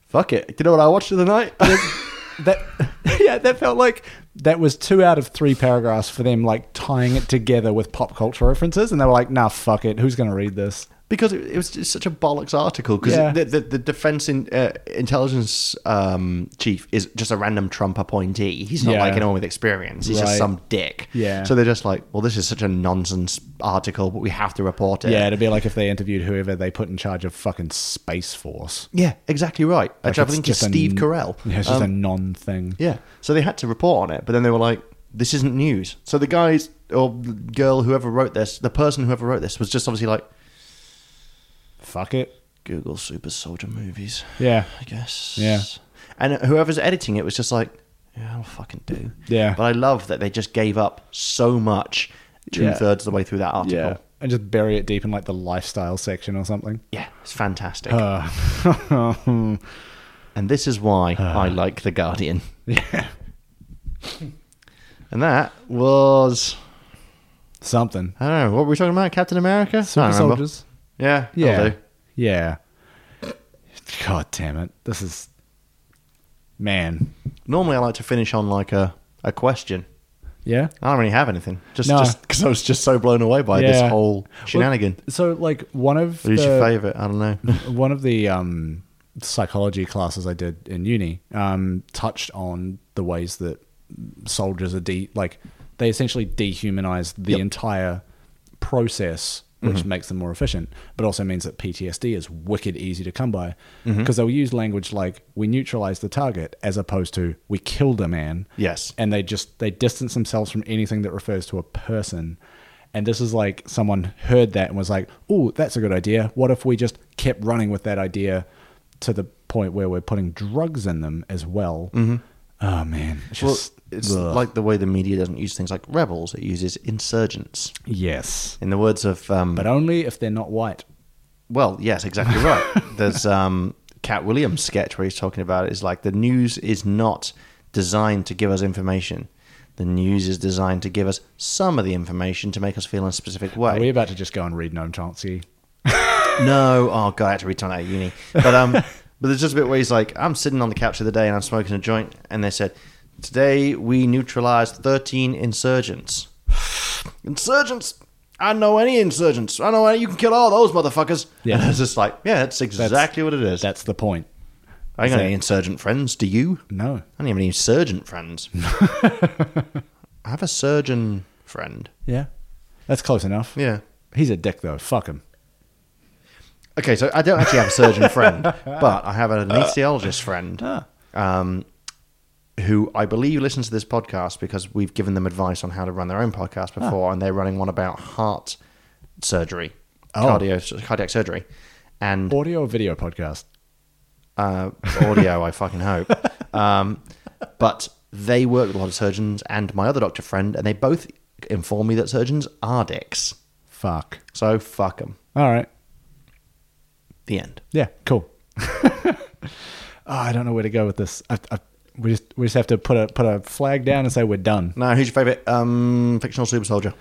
Speaker 1: Fuck it. You know what I watched the other night?
Speaker 2: that yeah, that felt like that was two out of three paragraphs for them, like tying it together with pop culture references, and they were like, "Nah, fuck it. Who's going to read this?"
Speaker 1: because it, it was just such a bollocks article because
Speaker 2: Yeah.
Speaker 1: the, the, the defense in, uh, intelligence um, chief is just a random Trump appointee. He's not
Speaker 2: Yeah.
Speaker 1: like anyone with experience. He's
Speaker 2: Right.
Speaker 1: just some dick.
Speaker 2: Yeah.
Speaker 1: So they're just like, well, this is such a nonsense article, but we have to report it.
Speaker 2: Yeah, it'd be like if they interviewed whoever they put in charge of fucking space force.
Speaker 1: Yeah, exactly right. A
Speaker 2: Like,
Speaker 1: traveling
Speaker 2: it's
Speaker 1: to
Speaker 2: just a
Speaker 1: Steve
Speaker 2: n-
Speaker 1: Carell. Um,
Speaker 2: Yeah, it's just a non thing.
Speaker 1: Yeah. So they had to report on it, but then they were like, this isn't news. So the guys or the girl, whoever wrote this, the person whoever wrote this was just obviously like,
Speaker 2: Fuck it.
Speaker 1: Google super soldier movies.
Speaker 2: Yeah.
Speaker 1: I guess.
Speaker 2: Yeah.
Speaker 1: And whoever's editing it was just like, yeah, I'll fucking do.
Speaker 2: Yeah.
Speaker 1: But I love that they just gave up so much two
Speaker 2: Yeah.
Speaker 1: thirds of the way through that article. Yeah.
Speaker 2: And just bury it deep in like the lifestyle section or something.
Speaker 1: it's fantastic.
Speaker 2: Uh,
Speaker 1: and this is why I like The Guardian.
Speaker 2: yeah.
Speaker 1: And that was,
Speaker 2: Something.
Speaker 1: I don't know, what were we talking about? Captain America? I
Speaker 2: Super
Speaker 1: don't remember.
Speaker 2: soldiers.
Speaker 1: Yeah. that'll
Speaker 2: Yeah.
Speaker 1: do.
Speaker 2: Yeah. God damn it. This is. Man.
Speaker 1: Normally I like to finish on like a, a question.
Speaker 2: Yeah.
Speaker 1: I don't really have anything. Just
Speaker 2: No.
Speaker 1: just because I was just so blown away by
Speaker 2: Yeah.
Speaker 1: this whole shenanigan.
Speaker 2: So, like, one of.
Speaker 1: Who's
Speaker 2: the,
Speaker 1: your favourite? I don't know.
Speaker 2: one of the um, psychology classes I did in uni um, touched on the ways that soldiers are de like they essentially dehumanize the
Speaker 1: Yep. Mm-hmm.
Speaker 2: entire process, which makes them more efficient, but also means that PTSD is wicked easy to come by
Speaker 1: Mm-hmm.
Speaker 2: because they'll use language like "we neutralize the target" as opposed to "we killed a man."
Speaker 1: Yes.
Speaker 2: and they just they distance themselves from anything that refers to a person and this is like someone heard that and was like oh that's a good idea what if we just kept running with that idea to the point where we're putting drugs in them as well oh man it's
Speaker 1: Mm-hmm. Well,
Speaker 2: just
Speaker 1: it's
Speaker 2: ugh.
Speaker 1: like the way the media doesn't use things like rebels; it uses insurgents.
Speaker 2: yes
Speaker 1: In the words of, um,
Speaker 2: but only if they're not white
Speaker 1: well, yes, exactly right. There's um, Cat Williams sketch where he's talking about it. Is like the news is not designed to give us information. The news is designed to give us some of the information to make us feel in a specific
Speaker 2: are we
Speaker 1: way.
Speaker 2: about to just go and read Noam Chomsky
Speaker 1: no, oh god, I had to read on that at uni. But um, but there's just a bit where he's like, I'm sitting on the couch the other day and I'm smoking a joint, and they said, today we neutralized 13 insurgents. Insurgents. I don't know any insurgents. I know any, you can kill all those motherfuckers.
Speaker 2: Yeah.
Speaker 1: Yeah, and it's just like, yeah, that's exactly what it is.
Speaker 2: that's the point
Speaker 1: I ain't got
Speaker 2: that-
Speaker 1: any insurgent friends. Do you?
Speaker 2: no
Speaker 1: I don't even have any insurgent friends. I have a surgeon friend.
Speaker 2: yeah that's close enough
Speaker 1: Yeah.
Speaker 2: he's a dick though fuck him
Speaker 1: Okay, so I don't actually have a surgeon friend, but I have
Speaker 2: Uh,
Speaker 1: an anesthesiologist friend um, who I believe listens to this podcast because we've given them advice on how to run their own podcast before, and they're running one about heart surgery,
Speaker 2: Oh.
Speaker 1: cardio, cardiac surgery, and
Speaker 2: audio or video podcast
Speaker 1: uh, audio, I fucking hope. Um, but they work with a lot of surgeons and my other doctor friend, and they both inform me that surgeons are dicks.
Speaker 2: fuck
Speaker 1: So fuck them.
Speaker 2: all right
Speaker 1: The end.
Speaker 2: Yeah, cool. Oh, I don't know where to go with this. I, I, we just we just have to put a put a flag down and say we're done.
Speaker 1: Now, who's your favorite um, fictional super soldier?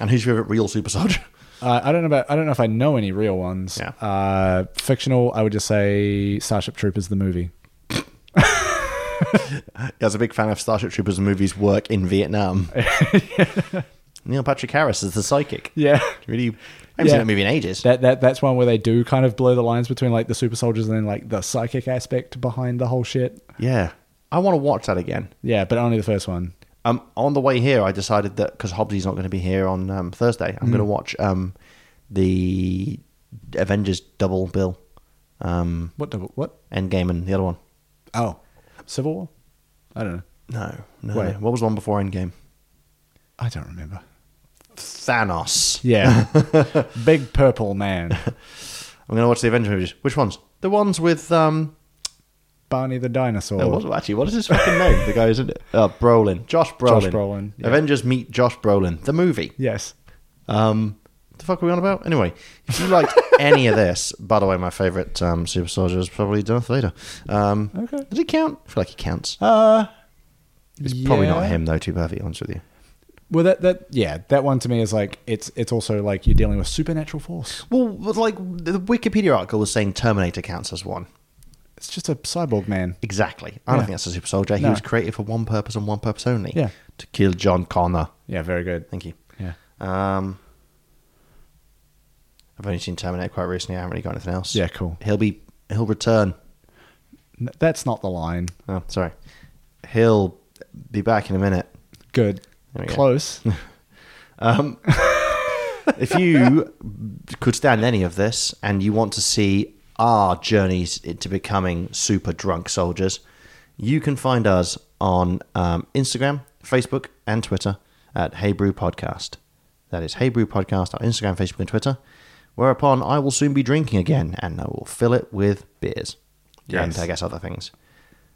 Speaker 1: And who's your favorite real super soldier?
Speaker 2: Uh, I don't know about I don't know if I know any real ones.
Speaker 1: Yeah.
Speaker 2: Uh, fictional, I would just say Starship Troopers the movie.
Speaker 1: I was a big fan of Starship Troopers movies work in Vietnam. Neil Patrick Harris is the psychic.
Speaker 2: Yeah.
Speaker 1: Really, I haven't seen
Speaker 2: Yeah.
Speaker 1: that movie in ages.
Speaker 2: That that that's one where they do kind of blur the lines between like the super soldiers and then like the psychic aspect behind the whole shit.
Speaker 1: yeah. I want to watch that again.
Speaker 2: Yeah, but only the first one.
Speaker 1: Um, on the way here, I decided that because Hobbsy's not going to be here on um, Thursday, I'm going
Speaker 2: Mm.
Speaker 1: to watch um, the Avengers double bill, um,
Speaker 2: What double what?
Speaker 1: Endgame and the other one.
Speaker 2: Oh. Civil War? I don't know.
Speaker 1: No, no.
Speaker 2: Wait.
Speaker 1: no. What was the one before Endgame?
Speaker 2: I don't remember.
Speaker 1: Thanos.
Speaker 2: Yeah. Big purple man.
Speaker 1: I'm going to watch the Avengers movies. Which ones? The ones with um.
Speaker 2: Barney the dinosaur.
Speaker 1: no, what, actually, what is his fucking name? The guy who's in it? Uh, Brolin. Josh Brolin.
Speaker 2: Brolin, yeah.
Speaker 1: Avengers meet Josh Brolin. The movie.
Speaker 2: Yes.
Speaker 1: Um, the fuck are we on about? Anyway, if you liked any of this, by the way, my favorite um, super soldier is probably Darth Vader. Um,
Speaker 2: Okay.
Speaker 1: Does he count? I feel like he counts.
Speaker 2: Uh,
Speaker 1: It's probably not him though. To be perfectly honest with you.
Speaker 2: Well, that that yeah, that one to me is like it's it's also like you're dealing with supernatural force.
Speaker 1: Well, but, like the Wikipedia article was saying Terminator counts as one.
Speaker 2: it's just a cyborg man.
Speaker 1: Exactly. I don't
Speaker 2: Yeah.
Speaker 1: think that's a super soldier. He
Speaker 2: No.
Speaker 1: was created for one purpose and one purpose only.
Speaker 2: Yeah.
Speaker 1: To kill John Connor.
Speaker 2: Yeah, very good.
Speaker 1: Thank you.
Speaker 2: Yeah.
Speaker 1: Um, I've only seen Terminator quite recently. I haven't really got anything else.
Speaker 2: Yeah, cool.
Speaker 1: He'll be. He'll return.
Speaker 2: N- That's not the line.
Speaker 1: Oh, sorry. He'll be back in a minute.
Speaker 2: Good.
Speaker 1: There we go.
Speaker 2: Close.
Speaker 1: If you could stand any of this and you want to see our journeys into becoming super drunk soldiers, you can find us on um, Instagram, Facebook, and Twitter at Hey Brew Podcast. That is Hey Brew Podcast on Instagram, Facebook, and Twitter. Whereupon I will soon be drinking again and I will fill it with beers.
Speaker 2: Yes.
Speaker 1: And I guess other things.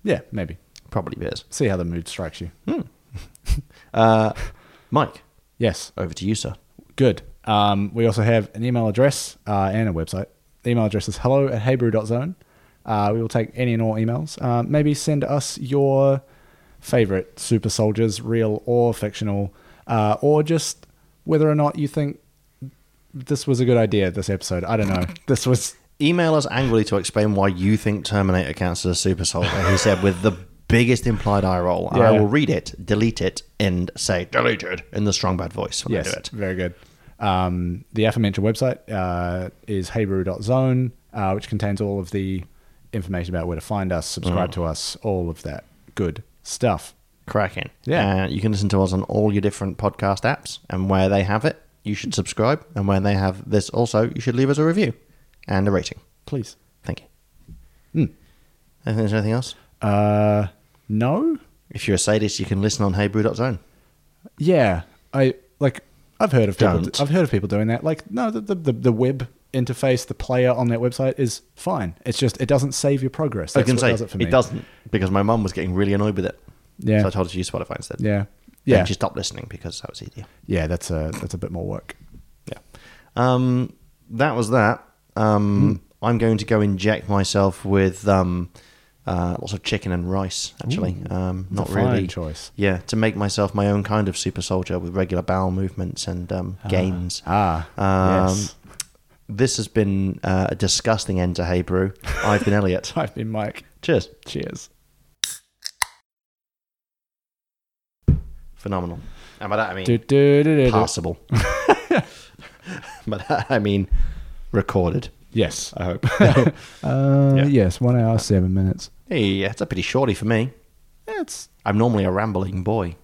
Speaker 2: yeah, maybe.
Speaker 1: Probably beers.
Speaker 2: See how the mood strikes you.
Speaker 1: Hmm. Mike,
Speaker 2: Yes.
Speaker 1: over to you, sir.
Speaker 2: Good. Um, we also have an email address uh, and a website. The email address is hello at heybrew.zone. Uh, we will take any and all emails. Uh, maybe send us your favorite super soldiers, real or fictional, uh, or just whether or not you think this was a good idea, this episode. I don't know. This was.
Speaker 1: Email us angrily to explain why you think Terminator counts as a super soldier, he said with the biggest implied eye roll. And I
Speaker 2: Yeah.
Speaker 1: will read it, delete it, and say deleted in the strong bad voice when I
Speaker 2: Yes,
Speaker 1: do it.
Speaker 2: very good. Um, the aforementioned website uh, is heybrew.zone, uh, which contains all of the information about where to find us,
Speaker 1: Mm.
Speaker 2: subscribe to us, all of that good stuff.
Speaker 1: Cracking.
Speaker 2: Yeah.
Speaker 1: Uh, you can listen to us on all your different podcast apps, and where they have it, you should subscribe. And where they have this also, you should leave us a review and a rating.
Speaker 2: Please.
Speaker 1: Thank you.
Speaker 2: Hmm.
Speaker 1: I think there's anything else?
Speaker 2: Uh, no?
Speaker 1: If you're a sadist, you can listen on heybrew.zone.
Speaker 2: Yeah. I like I've heard of people
Speaker 1: Don't.
Speaker 2: I've heard of people doing that. Like no, the, the the the web interface, the player on that website is fine. It's just it doesn't save your progress.
Speaker 1: I
Speaker 2: That's
Speaker 1: can
Speaker 2: what
Speaker 1: say
Speaker 2: does it for me.
Speaker 1: doesn't because my mum was getting really annoyed with it.
Speaker 2: Yeah.
Speaker 1: So I told her to use Spotify instead.
Speaker 2: Yeah.
Speaker 1: Yeah.
Speaker 2: Yeah.
Speaker 1: And she stopped listening because that was easier.
Speaker 2: yeah, that's a that's a bit more work.
Speaker 1: Yeah. Um, that was that.
Speaker 2: Hmm.
Speaker 1: Um, I'm going to go inject myself with um, uh, lots of chicken and rice, actually. um, not
Speaker 2: that's a fine
Speaker 1: really.
Speaker 2: choice.
Speaker 1: Yeah, to make myself my own kind of super soldier with regular bowel movements and um, gains.
Speaker 2: Ah.
Speaker 1: Um,
Speaker 2: yes.
Speaker 1: This has been uh, a disgusting end to Hey Brew. I've been Elliot.
Speaker 2: I've been Mike.
Speaker 1: Cheers.
Speaker 2: Cheers.
Speaker 1: Phenomenal. And by that I mean
Speaker 2: Do, do, do, do, do.
Speaker 1: possible. by that I mean recorded.
Speaker 2: Yes.
Speaker 1: I hope.
Speaker 2: Uh,
Speaker 1: Yeah.
Speaker 2: Yes. One hour, seven minutes.
Speaker 1: hey, that's a pretty shorty for me.
Speaker 2: That's
Speaker 1: I'm normally a rambling boy.